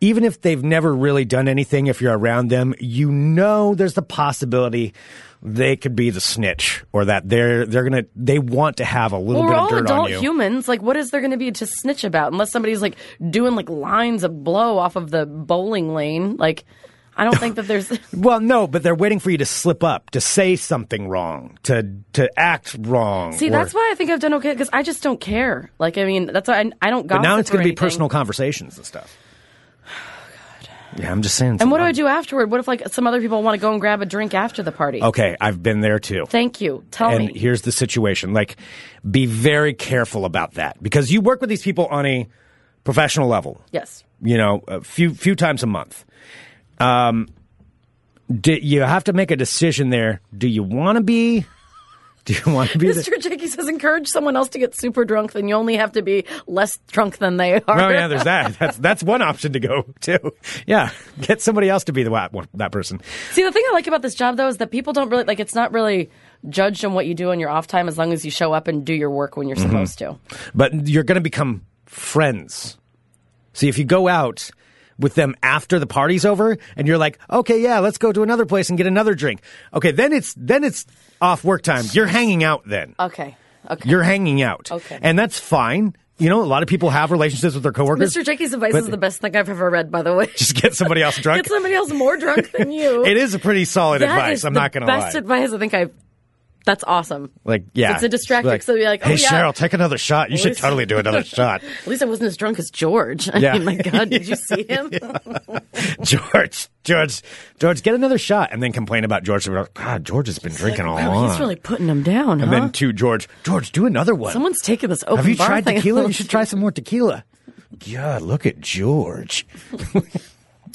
even if they've never really done anything, if you're around them, you know there's the possibility they could be the snitch or that they're they're gonna they want to have a little Well, we're bit of all dirt adult on you. humans. Like, what is there going to be to snitch about? Unless somebody's like doing like lines of blow off of the bowling lane. Like, I don't think that there's. Well, no, but they're waiting for you to slip up, to say something wrong, to to act wrong. See, or- that's why I think I've done okay because I just don't care. Like, I mean, that's why I, I don't. But now it's going gonna to be personal conversations and stuff. Oh, Yeah, I'm just saying. And what do I do afterward? What if like some other people want to go and grab a drink after the party? Okay, I've been there too. Thank you. Tell Oh. and me. here's the situation like be very careful about that because you work with these people on a professional level yes. you know a few few times a month um do, you have to make a decision there do you want to be do you want to be the- Mr. Jakey says encourage someone else to get super drunk, then you only have to be less drunk than they are. Oh yeah, there's that. That's that's one option to go to. Yeah, get somebody else to be the wa- that person. See, the thing I like about this job though is that people don't really like. It's not really judged on what you do on your off time as long as you show up and do your work when you're Mm-hmm. supposed to. but you're going to become friends. See, if you go out with them after the party's over and you're like, okay, yeah, let's go to another place and get another drink. Okay, then it's then it's off work time. You're hanging out then. Okay. Okay. You're hanging out. Okay. And that's fine. You know, a lot of people have relationships with their coworkers. Mr. Jakey's advice But- is the best thing I've ever read, by the way. Just get somebody else drunk. Get somebody else more drunk than you. it is a pretty solid That advice. is I'm the not going to lie. best advice I think I've. That's awesome. like, yeah. It's a distracting, Like, so you're like, oh, hey, yeah. Cheryl, take another shot. You should least- totally do another shot. At least I wasn't as drunk as George. I Yeah. mean, my God, did you see him? George, George, George, get another shot, and then complain about George. We're like, God, George has been drinking all Wow, along. he's really putting him down, and huh? then to George, George, do another one. Someone's taking this open Have you bar tried thing. tequila? You should try some more tequila. God, look at George.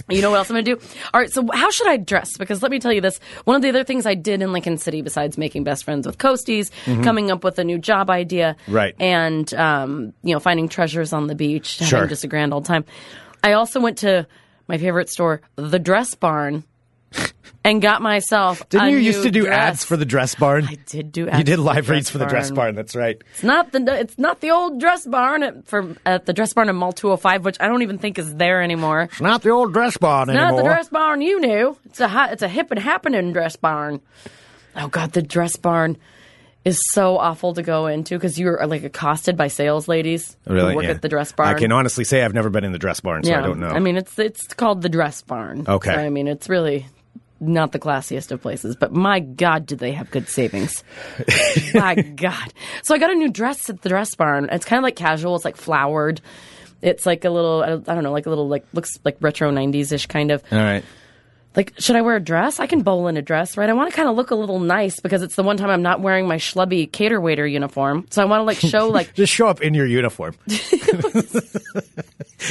You know what else I'm going to do? All right, so how should I dress? Because let me tell you this. One of the other things I did in Lincoln City, besides making best friends with Coasties, coming up with a new job idea, Mm-hmm. Right. and um, you know finding treasures on the beach, having Sure. just a grand old time. I also went to my favorite store, the Dress Barn, and got myself. Didn't a you new used to do dress. ads for the dress barn? I did do. You ads did live reads Dress for the dress barn. That's right. It's not the it's not the old Dress Barn at, for at the Dress Barn in Mall 205, which I don't even think is there anymore. It's not the old dress barn Not the dress barn you knew. It's a hot, it's a hip and happening dress barn. Oh God, the dress barn is so awful to go into because you're like accosted by sales ladies Really? who work Yeah. at the dress barn. I can honestly say I've never been in the dress barn, so I don't know. I mean, it's it's called the dress barn. Okay. So, I mean, it's really not the classiest of places, but my God, did they have good savings? my God. So I got a new dress at the dress barn. It's kind of like casual. It's like flowered. It's like a little, I don't I don't know, like a little, like looks like retro 90s ish kind of all right. like should i wear a dress i can bowl in a dress right i want to kind of look a little nice because it's the one time i'm not wearing my schlubby cater waiter uniform so i want to like show like Just show up in your uniform.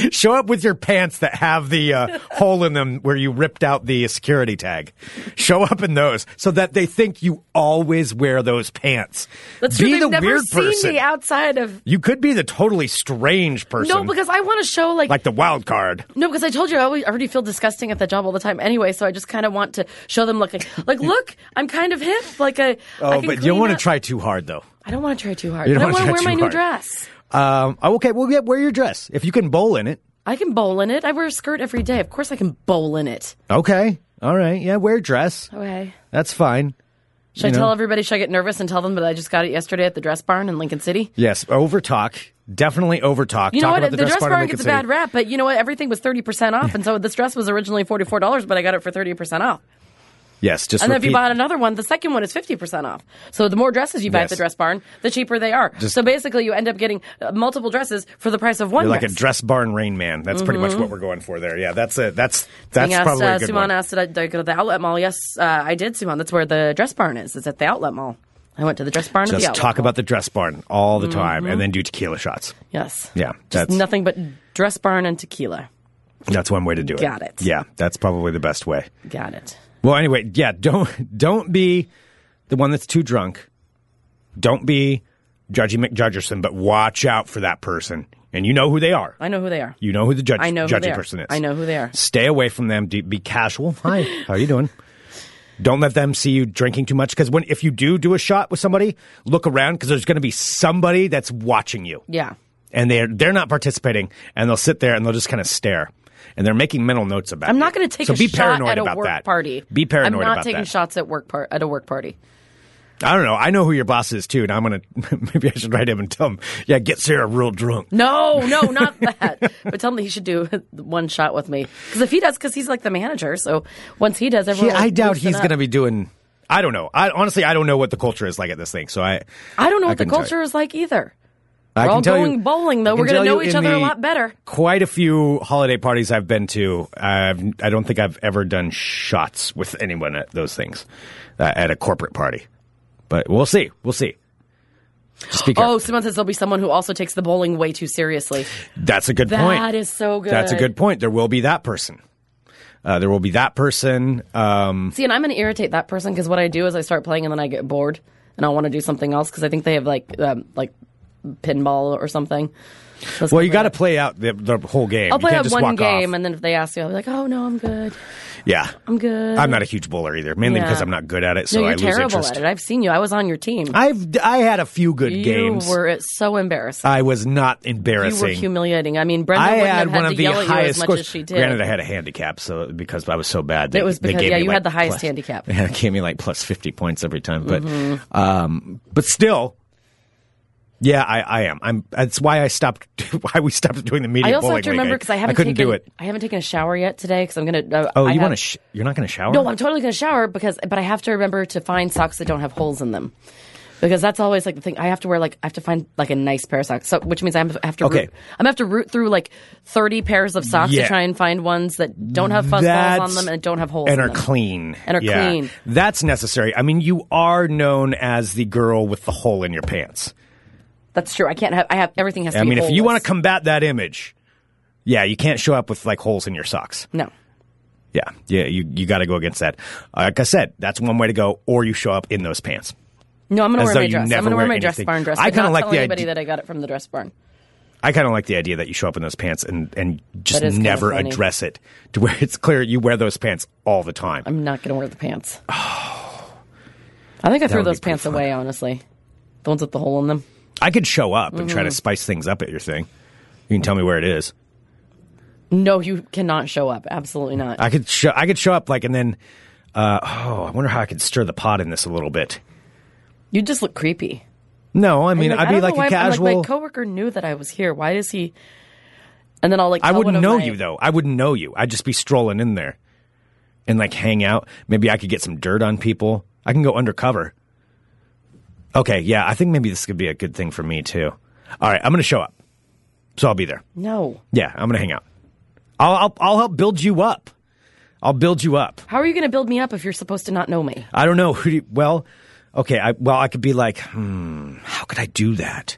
show up with your pants that have the uh, hole in them where you ripped out the security tag. Show up in those so that they think you always wear those pants. that's true be they've the never weird seen person. me outside of You could be the totally strange person. no because i want to show like, like the wild card. no because i told you i always, I already feel disgusting at that job all the time anyway so i just kind of want to show them looking like look i'm kind of hip like a Oh, but you don't want want to try too hard though. i don't want to try too hard You but don't i want wanna to try wear my too new hard. dress Um, okay, well, yeah, wear your dress if you can bowl in it. i can bowl in it i wear a skirt every day of course i can bowl in it Okay, all right, yeah, wear a dress. okay That's fine. Should You I know? tell everybody? Should I get nervous and tell them that I just got it yesterday at the dress barn in Lincoln City? Yes, over talk. Definitely over talk. You know talk what? About The, the, dress barn barn in gets a Lincoln bad City. rap, but you know what? Everything was thirty percent off, and so this dress was originally forty four dollars, but I got it for thirty percent off. Yes, just And then if you repeat- buy another one, the second one is fifty percent off. So the more dresses you buy Yes. at the dress barn, the cheaper they are. so basically, you end up getting uh, multiple dresses for the price of one. You're like a dress. dress barn rain man. That's pretty Mm-hmm. much what we're going for there. Yeah, that's it. That's that's Being asked, probably uh, a good Suman one. asked, did I, did I go to the outlet mall? Yes, uh, I did, Suman. That's where the dress barn is. It's at the outlet mall. I went to the dress barn. at the Just outlet talk mall. about the dress barn all the time, Mm-hmm. and then do tequila shots. yes, Yeah, just that's nothing but dress barn and tequila. that's one way to do it. Got it. Yeah, that's probably the best way. Got it. Well, anyway, yeah, don't don't be the one that's too drunk. Don't be Judgy McJudgerson, but watch out for that person, and you know who they are. I know who they are. You know who the judge, I know who they judgy are. person is. I know who they are. Stay away from them. Do- Be casual. Hi, how are you doing? Don't let them see you drinking too much because when if you do do a shot with somebody, look around because there's going to be somebody that's watching you Yeah. and they're they're not participating and they'll sit there and they'll just kind of stare and they're making mental notes about. I'm you. not going to take so a be shot paranoid at a about work that. party. Be paranoid I'm not about taking that. shots at work par- at a work party. I don't know. I know who your boss is too, and I'm gonna maybe I should write him and tell him, yeah, get Sarah real drunk. No, no, not that. but tell him that he should do one shot with me because if he does, because he's like the manager. So once he does, everyone. Yeah, I doubt he's going gonna be doing. I don't know. I honestly, I don't know what the culture is like at this thing. So I, I don't know I what the couldn't tell you. culture is like either. I We're can all tell going you- bowling, though. I can We're gonna tell know you each in other a the lot better. Quite a few holiday parties I've been to. I've, I don't think I've ever done shots with anyone at those things uh, at a corporate party, but we'll see. We'll see. Just be Oh, careful. someone says there'll be someone who also takes the bowling way too seriously. That's a good That point. is so good. That's a good point. There will be that person. Uh, there will be that person. Um, See, and I'm going to irritate that person because what I do is I start playing and then I get bored and I want to do something else because I think they have like um, like pinball or something. Let's go well, you for got to that. play out the, the whole game. I'll You play can't out just one walk game off. and then if they ask you, I'll be like, "Oh no, I'm good. yeah, I'm good." I'm not a huge bowler either, mainly Yeah. because I'm not good at it. So No, you're I lose terrible interest. at it. I've seen you. I was on your team. I've I had a few good you games. were it's so embarrassing. I was not you were embarrassing. humiliating. I mean, Brenda I wouldn't had have had one to of the yell at you as highest much scores. as she did. Granted, I had a handicap, so because I was so bad, they, It was they because- gave yeah, me you like had the highest plus- handicap. Mm-hmm. They gave me like plus fifty points every time, but um, but still, yeah, I, I am. I'm. That's why I stopped. Why we stopped doing the media I also bowling have to league. remember because I haven't couldn't taken, do it. I haven't taken a shower yet today because I'm gonna. Uh, Oh, I you want to? have- Sh- you're not going to shower? No, I'm totally going to shower because, but I have to remember to find socks that don't have holes in them. Because that's always like the thing. I have to wear like I have to find like a nice pair of socks, so, which means I have I have to. Okay. Root, I'm gonna have to root through like 30 pairs of socks Yeah. to try and find ones that don't have fuzz balls on That's- them and don't have holes and in are them. clean And are Yeah. clean. That's necessary. I mean, you are known as the girl with the hole in your pants. That's true. I can't have. I have everything has to. I be mean, if you holeless. want to combat that image, yeah, you can't show up with like holes in your socks. no. Yeah, yeah, you you got to go against that. Like I said, that's one way to go, or you show up in those pants. No, I'm gonna As wear though my you dress. I'm never gonna wear wear my dress anything. barn dress. I but kinda not like tell the anybody idea- that I got it from the dress barn. I kind of like the idea that you show up in those pants and and just That is kinda never funny. address it to where it's clear you wear those pants all the time. I'm not gonna wear the pants. I think I threw Oh, would be those pretty pants fun. away. Honestly, the ones with the hole in them. I could show up and Mm-hmm. try to spice things up at your thing. You can tell me where it is. No, you cannot show up. Absolutely not. I could show. I could show up like, and then, uh, oh, I wonder how I could stir the pot in this a little bit. you just look creepy. No, I mean, Like, I'd don't be know like why, a I'm casual. my coworker knew that I was here. Why does he? And then I'll like. I tell one wouldn't of know my- you though. I wouldn't know you. I'd just be strolling in there and like hang out. Maybe I could get some dirt on people. I can go undercover. Okay, yeah, I think maybe this could be a good thing for me too. All right, I'm going to show up, so I'll be there. No. Yeah, I'm going to hang out. I'll, I'll I'll help build you up. I'll build you up. How are you going to build me up if you're supposed to not know me? I don't know who. Do you, well, okay. I, well, I could be like, hmm, how could I do that?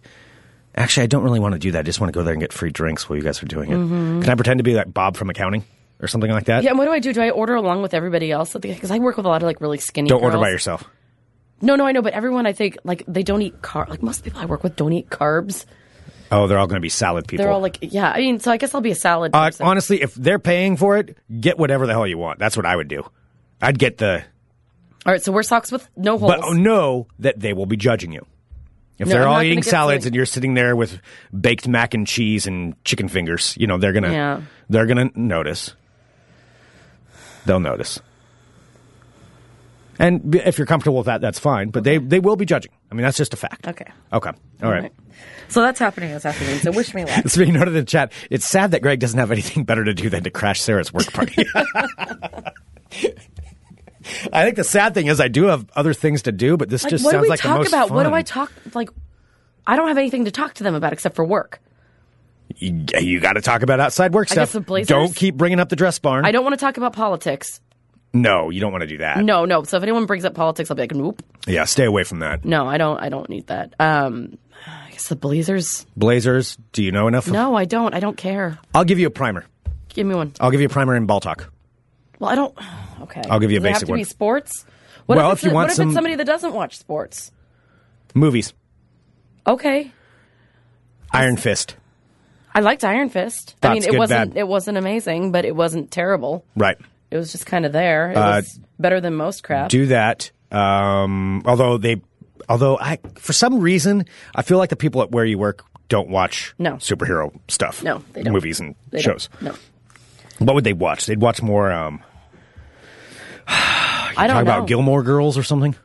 Actually, I don't really want to do that. I just want to go there and get free drinks while you guys are doing it. Mm-hmm. Can I pretend to be like Bob from accounting or something like that? Yeah, and what do I do? Do I order along with everybody else? Because I work with a lot of like really skinny. Don't order by girls. yourself. No, no, I know, but everyone I think like they don't eat carb. Like most people I work with don't eat carbs. Oh, they're all going to be salad people. They're all like, yeah. I mean, so I guess I'll be a salad. uh, person. honestly, if they're paying for it, get whatever the hell you want. That's what I would do. I'd get the, All right, so we're socks with no holes. but know that they will be judging you. If No, they're I'm all not eating gonna get salads something- and you're sitting there with baked mac and cheese and chicken fingers, you know they're gonna Yeah. they're gonna notice. They'll notice. And b- if you're comfortable with that, that's fine. But they they will be judging. I mean, that's just a fact. Okay. Okay. All right. So that's happening this afternoon. So wish me luck. Speaking out of the chat, it's sad that Greg doesn't have anything better to do than to crash Sarah's work party. I think the sad thing is I do have other things to do, but this Like, just what do sounds we like the talk most about? What do fun. I talk like? I don't have anything to talk to them about except for work. You, got to talk about outside work I stuff. guess the Blazers? Don't keep bringing up the dress barn. I don't want to talk about politics. No, you don't want to do that. No, no. So if anyone brings up politics, I'll be like, nope. Yeah, stay away from that. No, I don't. I don't need that. Um, I guess the Blazers. Blazers, do you know enough? No, I don't. I don't care. I'll give you a primer. Give me one. I'll give you a primer in ball talk. Well, I don't. Okay. I'll give you a Does it have basic to one. Be sports. What Well, if, if it's you a- want what if some- it's somebody that doesn't watch sports? Movies. Okay. Iron Fist. I liked Iron Fist. I mean, Thoughts, it good, wasn't bad? it wasn't amazing, but it wasn't terrible. Right. It was just kind of there. It Uh, was better than most crap. Do that. Um, although they, although I, for some reason, I feel like the people at where you work don't watch No. superhero stuff. No, they don't. Movies and They don't- shows. No, What would they watch? They'd watch more. Um, I don't talk know. about Gilmore Girls or something.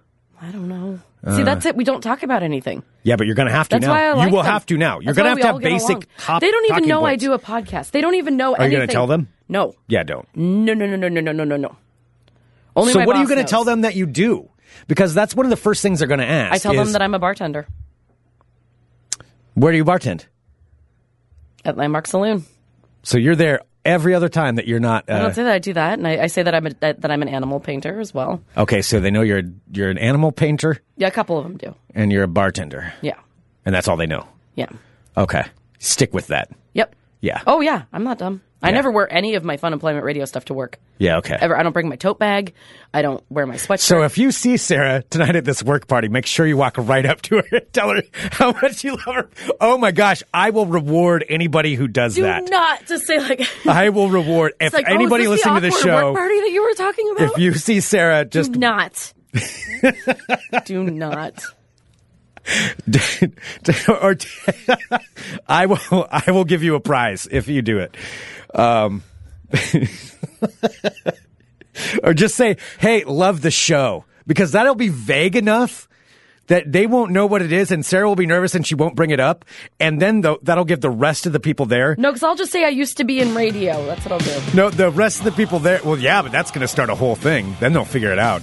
I don't know. See, that's it. We don't talk about anything. Yeah, but you're going to have to That's now. why I like you will them. have to now. You're That's why going to have we to all have get basic along. top They don't even talking know I points. do a podcast. They don't even know. Are you gonna tell them? No. Yeah, don't. No. No. No. No. No. No. No. No. Only so my what are you boss going to knows. tell them that you do? Because that's one of the first things they're going to ask. I tell is, them that I'm a bartender Where do you bartend? at Landmark Saloon. So you're there every other time that you're not. I Uh, don't say that I do that, and I, I say that I'm a, that, that I'm an animal painter as well. okay, so they know you're a- you're an animal painter Yeah, a couple of them do. and you're a bartender, Yeah, and that's all they know. yeah, Okay, stick with that. yep. Yeah. Oh yeah, I'm not dumb. I Yeah. never wear any of my fun employment radio stuff to work. Yeah. Okay. Ever. I don't bring my tote bag. I don't wear my sweatshirt. So if you see Sarah tonight at this work party, make sure you walk right up to her and tell her how much you love her. Oh my gosh, I will reward anybody who does do that. not just say like. I will reward if It's like, oh, is anybody this the listening to this awkward show. work Mm-hmm. party that you were talking about. If you see Sarah, do just not, do not. or I will I will give you a prize if you do it. Um, or just say, "Hey, love the show," because that'll be vague enough that they won't know what it is, and Sarah will be nervous and she won't bring it up, and then tho- that'll give the rest of the people there. No, because I'll just say I used to be in radio. That's what I'll do. No, the rest of the people there. Well, yeah, but that's going to start a whole thing. Then they'll figure it out.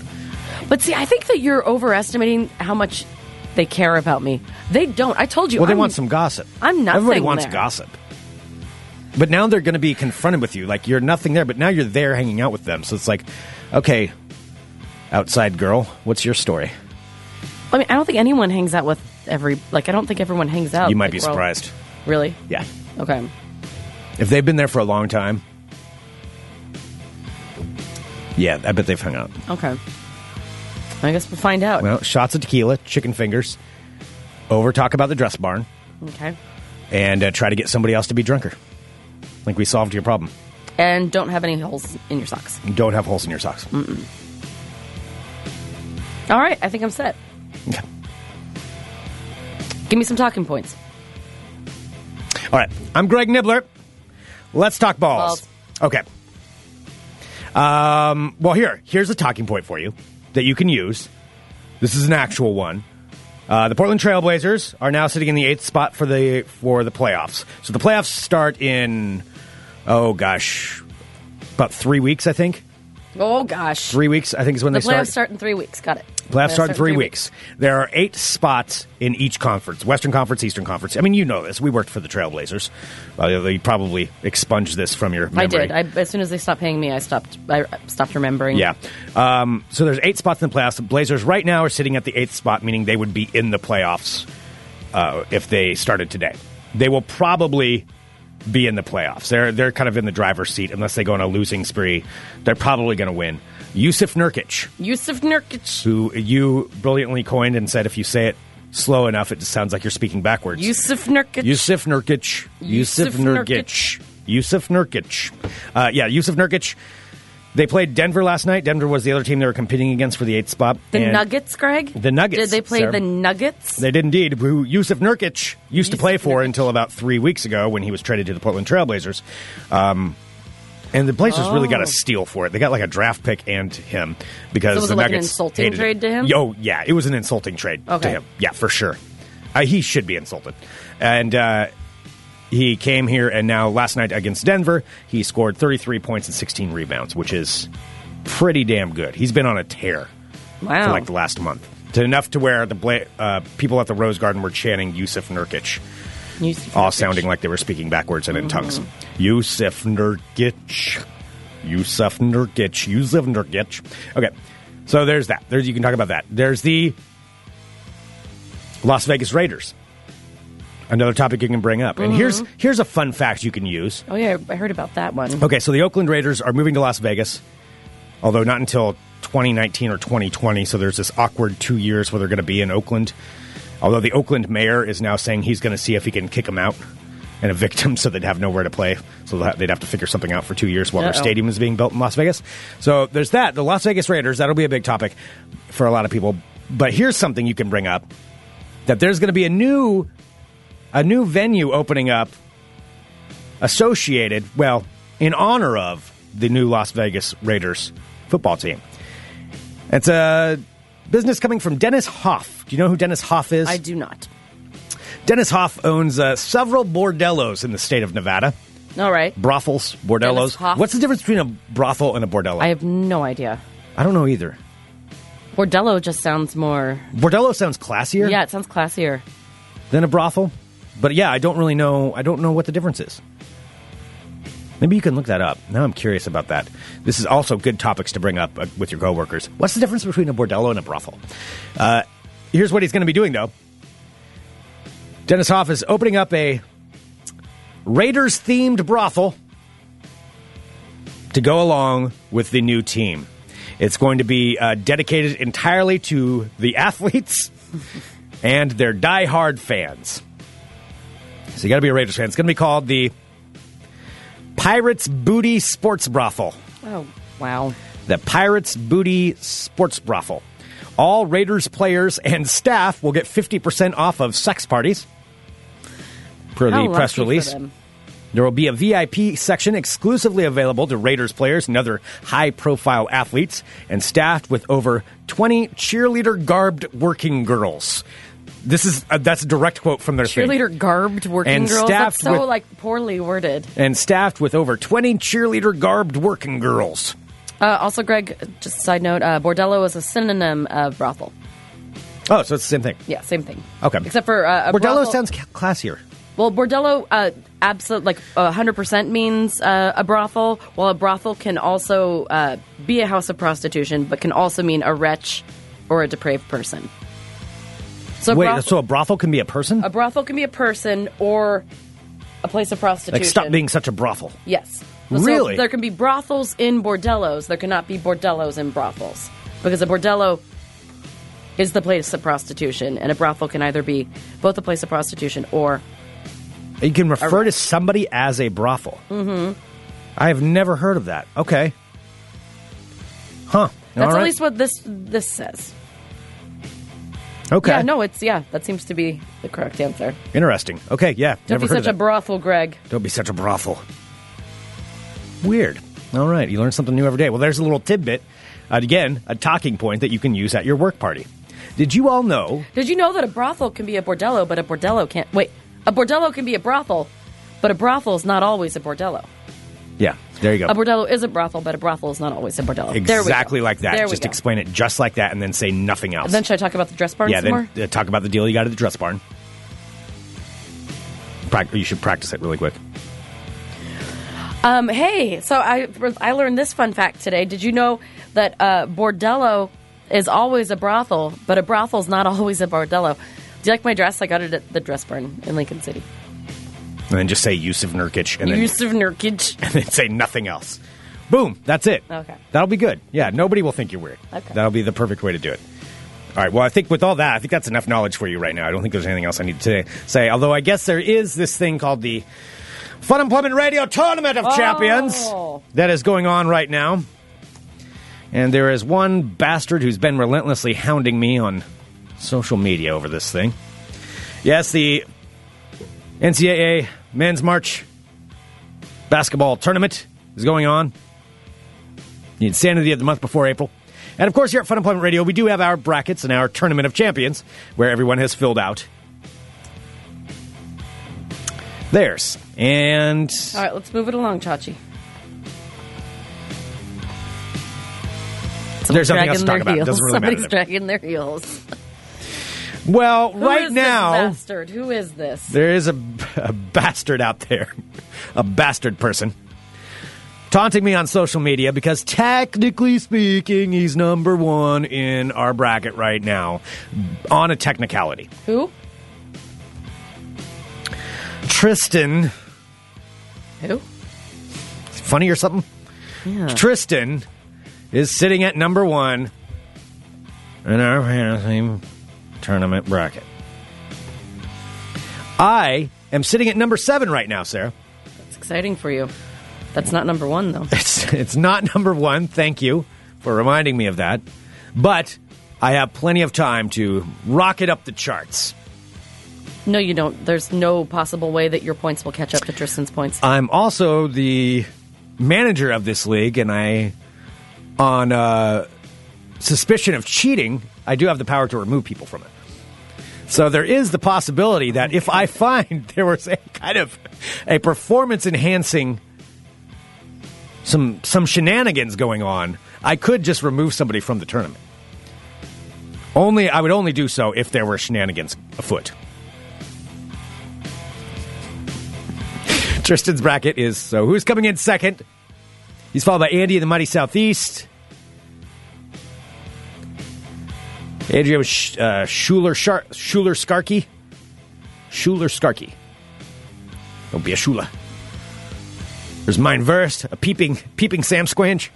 But see, I think that you're overestimating how much they care about me. They don't. I told you. Well, they I'm- want some gossip. I'm nothing Everybody wants there. gossip. But now they're going to be confronted with you. Like you're nothing there, but now you're there hanging out with them. So it's like, okay, outside girl, what's your story? I mean, I don't think anyone hangs out with every. Like, I don't think everyone hangs out. you Oh, might like, be we're all- surprised. Really? Yeah, Okay. if they've been there for a long time, Yeah, I bet they've hung out. Okay. I guess we'll find out. Well, shots of tequila, chicken fingers, over talk about the dress barn, okay. and uh, try to get somebody else to be drunker. Like we solved your problem. And don't have any holes in your socks. You don't have holes in your socks. All right, I think I'm set. Give me some talking points. All right, I'm Greg Nibbler. Let's talk balls. Balls. Okay. Um, well, here, here's a talking point for you that you can use. This is an actual one. Uh, the Portland Trailblazers are now sitting in the eighth spot for the for the playoffs. So the playoffs start in oh gosh, about three weeks, I think. Oh gosh. Three weeks, I think, is when the they playoffs start. start. in three weeks. Got it. Playoffs start in three weeks. There are eight spots in each conference Western Conference, Eastern Conference. I mean, you know this. We worked for the Trailblazers. Uh, they probably expunged this from your memory. I did. I, as soon as they stopped paying me, I stopped. I stopped remembering. Yeah. Um, so there's eight spots in the playoffs. The Blazers right now are sitting at the eighth spot, meaning they would be in the playoffs uh, if they started today. They will probably be in the playoffs. They're they're kind of in the driver's seat unless they go on a losing spree. They're probably going to win. Yusuf Nurkic, Yusuf Nurkic. who you brilliantly coined and said if you say it slow enough, it just sounds like you're speaking backwards. Yusuf Nurkic. Yusuf Nurkic. Yusuf Yusuf Nurkic. Yusuf Nurkic. Uh, yeah, Yusuf Nurkic. They played Denver last night. Denver was the other team they were competing against for the eighth spot. the And Nuggets, Greg. The Nuggets, Did they play Sarah. the Nuggets? They did indeed. Who Yusuf Nurkic used to Yusuf play for Nurkic. until about three weeks ago when he was traded to the Portland Trailblazers. Um, and the Blazers really got a steal for it. They got like a draft pick and him because Oh. So was the it like an Nuggets insulting hated it. trade to him? Oh yeah, it was an insulting trade to Okay. him. Yeah, for sure. Uh, he should be insulted. And uh, he came here, and now last night against Denver, he scored 33 points and 16 rebounds, which is pretty damn good. He's been on a tear wow. for like the last month. To enough to where the bla- uh, people at the Rose Garden were chanting Yusuf Nurkic, Yusuf all Nurkic. sounding like they were speaking backwards and in tongues. Yusuf Nurkic, Yusuf Nurkic, Yusuf Nurkic. Okay, so there's that. There's you can talk about that. There's the Las Vegas Raiders. Another topic you can bring up, and here's here's a fun fact you can use. Oh yeah, I heard about that one. Okay, so the Oakland Raiders are moving to Las Vegas, although not until 2019 or 2020. So there's this awkward two years where they're going to be in Oakland. Although the Oakland mayor is now saying he's going to see if he can kick them out and evict them so they'd have nowhere to play. So they'll ha- they'd have to figure something out for two years while their Uh-oh. stadium is being built in Las Vegas. So there's that. The Las Vegas Raiders, that'll be a big topic for a lot of people. But here's something you can bring up that there's going to be a new a new venue opening up associated, well, in honor of the new Las Vegas Raiders football team. It's a business coming from Dennis Hoff. Do you know who Dennis Hoff is? I do not. Dennis Hoff owns uh, several bordellos in the state of Nevada. All right. Brothels, bordellos. Dennis Hoff. What's the difference between a brothel and a bordello? I have no idea. I don't know either. Bordello just sounds more. Bordello sounds classier Yeah, it sounds classier. than a brothel. But yeah, I don't really know. I don't know what the difference is. Maybe you can look that up. Now I'm curious about that. This is also good topics to bring up uh, with your coworkers. What's the difference between a bordello and a brothel? Uh, here's what he's going to be doing, though. Dennis Hoff is opening up a Raiders themed brothel to go along with the new team. It's going to be uh, dedicated entirely to the athletes and their diehard fans. So you got to be a Raiders fan. It's going to be called the Pirates Booty Sports Brothel. Oh wow. The Pirates Booty Sports Brothel. All Raiders players and staff will get 50% off of sex parties per How the press lucky for release. them. There will be a VIP section exclusively available to Raiders players and other high profile athletes, and staffed with over 20 cheerleader garbed working girls. This is uh, that's a direct quote from their thing. Cheerleader garbed working And girls. staffed That's so with- like poorly worded. And staffed with over 20 cheerleader garbed working girls. Uh, also, Greg, just side note, uh, bordello is a synonym of brothel. Oh, so it's the same thing. Yeah, same thing. Okay. Except for uh, a Bordello brothel- sounds ca- classier. well. Bordello, uh, absolute like hundred percent means uh, a brothel. While a brothel can also uh, be a house of prostitution, but can also mean a wretch or a depraved person. So a Wait, brothel, so a brothel can be a person? a brothel can be a person or a place of prostitution. like, stop being such a brothel. Yes. So Really? there can be brothels in bordellos. There cannot be bordellos in brothels because a bordello is the place of prostitution, and a brothel can either be both a place of prostitution or You can refer to somebody as a brothel. Mm-hmm. I have never heard of that. Okay. Huh. that's All at right. least what this this says. okay. Yeah, no, it's yeah. That seems to be the correct answer. Interesting. Okay. Yeah. Don't never be heard of such a that. brothel, Greg. Don't be such a brothel. Weird. All right, you learn something new every day. Well, there's a little tidbit. Uh, again, a talking point that you can use at your work party. Did you all know? Did you know that a brothel can be a bordello, but a bordello can't? Wait, a bordello can be a brothel, but a brothel is not always a bordello. Yeah, there you go. A bordello is a brothel, but a brothel is not always a bordello. There we go. exactly like that. There we just go. explain it just like that, and then say nothing else. Then should I talk about the dress barn yeah, some then more? uh, talk about the deal you got at the dress barn. Prac- you should practice it really quick. Um, hey, so I I learned this fun fact today. Did you know that uh, bordello is always a brothel, but a brothel's not always a bordello? Do you like my dress? I got it at the dress barn in Lincoln City. And then just say Yusuf Nurkic, and then, Yusuf Nurkic. and then say nothing else. Boom, that's it. Okay. That'll be good. Yeah, nobody will think you're weird. Okay. That'll be the perfect way to do it. All right. Well, I think with all that, I think that's enough knowledge for you right now. I don't think there's anything else I need to say. Although I guess there is this thing called the Fun Employment Radio Tournament of Champions Oh. that is going on right now. And there is one bastard who's been relentlessly hounding me on social media over this thing. Yes, the NCAA Men's March basketball tournament is going on. The insanity of the month before April. And of course, here at Fun Employment Radio, we do have our brackets and our tournament of champions where everyone has filled out theirs. And All right, let's move it along, Chachi. there's something else Dragging to talk their about. It heels. doesn't really Somebody's matter. dragging their heels. well, Who right is now. this bastard. Who is this? There is a, a bastard out there, a bastard person, taunting me on social media because technically speaking, he's number one in our bracket right now on a technicality. Who? Tristan, Who? funny or something? Tristan is sitting at number one in our fantasy tournament bracket. I am sitting at number seven right now, Sarah. It's exciting for you. That's not number one though. It's, it's not number one. Thank you for reminding me of that. But I have plenty of time to rocket up the charts. No, you don't. There's no possible way that your points will catch up to Tristan's points. I'm also the manager of this league, and I, on uh, suspicion of cheating, I do have the power to remove people from it. So there is the possibility that if I find there was a kind of a performance enhancing some some shenanigans going on, I could just remove somebody from the tournament. Only I would only do so if there were shenanigans afoot. Tristan's bracket is so who's coming in second? He's followed by Andy in the Mighty Southeast. Adrian Sh- uh, Schuler Shar- Schuler Skarkey. Schuler Skarkey. Don't be a Shula. There's mine versed, a peeping peeping Sam Squinch.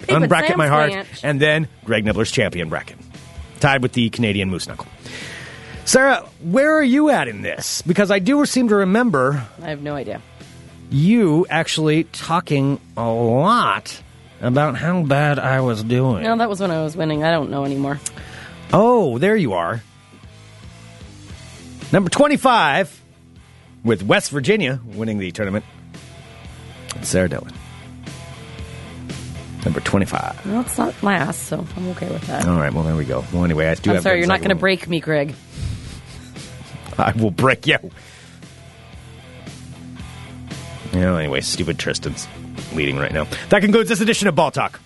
Peeping Unbracket Sam my heart. Squinch. And then Greg Nibbler's champion bracket. Tied with the Canadian Moose Knuckle. Sarah, where are you at in this? Because I do seem to remember I have no idea. you actually talking a lot about how bad I was doing. No, that was when I was winning. I don't know anymore. Oh, there you are. Number 25 with West Virginia winning the tournament. Sarah Dillon. Number 25. Well, it's not last, so I'm okay with that. All right, well, there we go. Well, anyway, I do I'm have sorry, you're not going to to break me, Greg. I will break you. Well, anyway, stupid Tristan's leading right now. That concludes this edition of Ball Talk.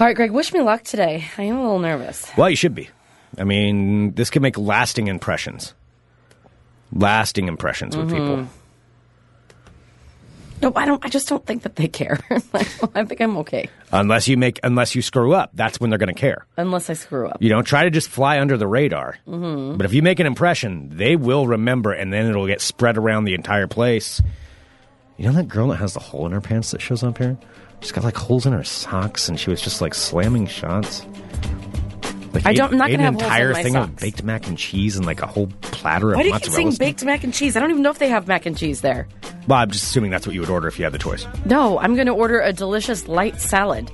All right, Greg, wish me luck today. I am a little nervous. Well, you should be. I mean, this could make lasting Mm-hmm. impressions. Lasting impressions with people. No, I don't. I just don't think that they care. Like, I think I'm okay Unless you make, unless you screw up, that's when they're going to care. unless I screw up. You don't try to just fly under the radar. Mm-hmm. But if you make an impression, they will remember, and then it'll get spread around the entire place. You know that girl that has the hole in her pants that shows up here? She's got like holes in her socks, and she was just like slamming shots. Like, I ate- don't- I'm not ate gonna have an holes in entire my thing of socks. baked mac and cheese and like a whole platter Why of do you keep mozzarella. saying baked mac and cheese? I don't even know if they have mac and cheese there. well, I'm just assuming that's what you would order if you had the choice. No, I'm going to order a delicious light salad.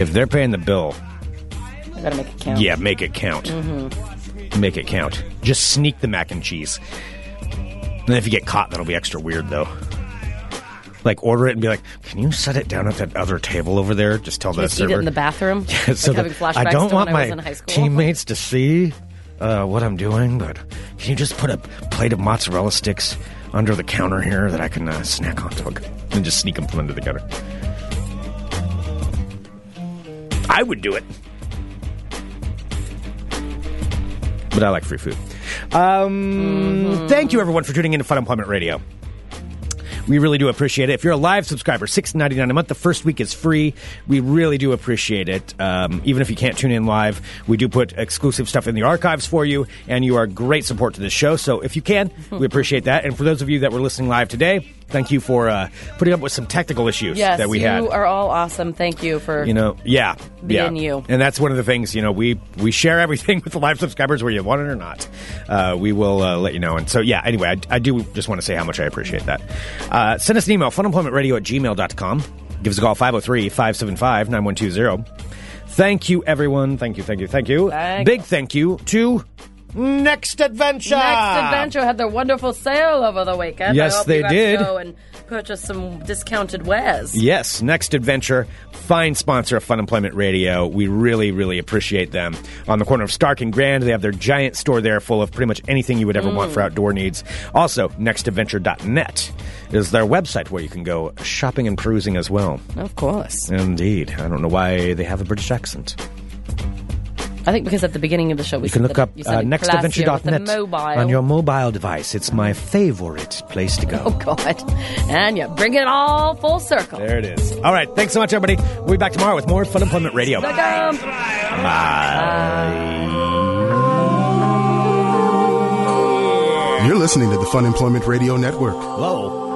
If they're paying the bill, I gotta make it count. Yeah, make it count. Mm-hmm. Make it count. Just sneak the mac and cheese. And then if you get caught, that'll be extra weird, though. Like order it and be like, "Can you set it down at that other table over there?" Just tell the Just eat server. it in the bathroom. Yeah, so like having that- flashbacks I don't to want when I was my in high school. teammates to see uh, what I'm doing, but can you just put a plate of mozzarella sticks under the counter here that I can uh, snack on dog and just sneak them from under the counter? I would do it, but I like free food. Um, Thank you, everyone, for tuning in to Fun Employment Radio. We really do appreciate it. If you're a live subscriber, six ninety nine a month. The first week is free. We really do appreciate it. Um, even if you can't tune in live, we do put exclusive stuff in the archives for you, and you are a great support to this show. So if you can, we appreciate that. And for those of you that were listening live today, thank you for uh, putting up with some technical issues Yes, that we you had. are all awesome. Thank you for you know, yeah, Being yeah, you. and that's one of the things. You know, we we share everything with the live subscribers, whether you want it or not. Uh, we will uh, let you know. And so, yeah. Anyway, I, I do just want to say how much I appreciate that. Uh, send us an email: funemploymentradio at gmail.com. Give us a call 503-575-9120. Thank you, everyone. Thank you, thank you, thank you. Thank- Big thank you to Next Adventure. Next Adventure had their wonderful sale over the weekend. Yes, I hope they you got to did. go and purchase some discounted wares. Yes, Next Adventure, fine sponsor of Fun Employment Radio. We really, really appreciate them. On the corner of Stark and Grand, they have their giant store there full of pretty much anything you would ever want Mm. for outdoor needs. Also, nextadventure.net is their website where you can go shopping and perusing as well. Of course. Indeed. I don't know why they have a British accent. I think because at the beginning of the show we You can said look that up you uh, sounded classier with the nextadventure.net mobile. on your mobile device. It's my favorite place to go. Oh God! And you bring it all full circle. There it is. All right. Thanks so much, everybody. We'll be back tomorrow with more Fun Employment Radio. Look up. You're listening to the Fun Employment Radio Network. Uh, Whoa.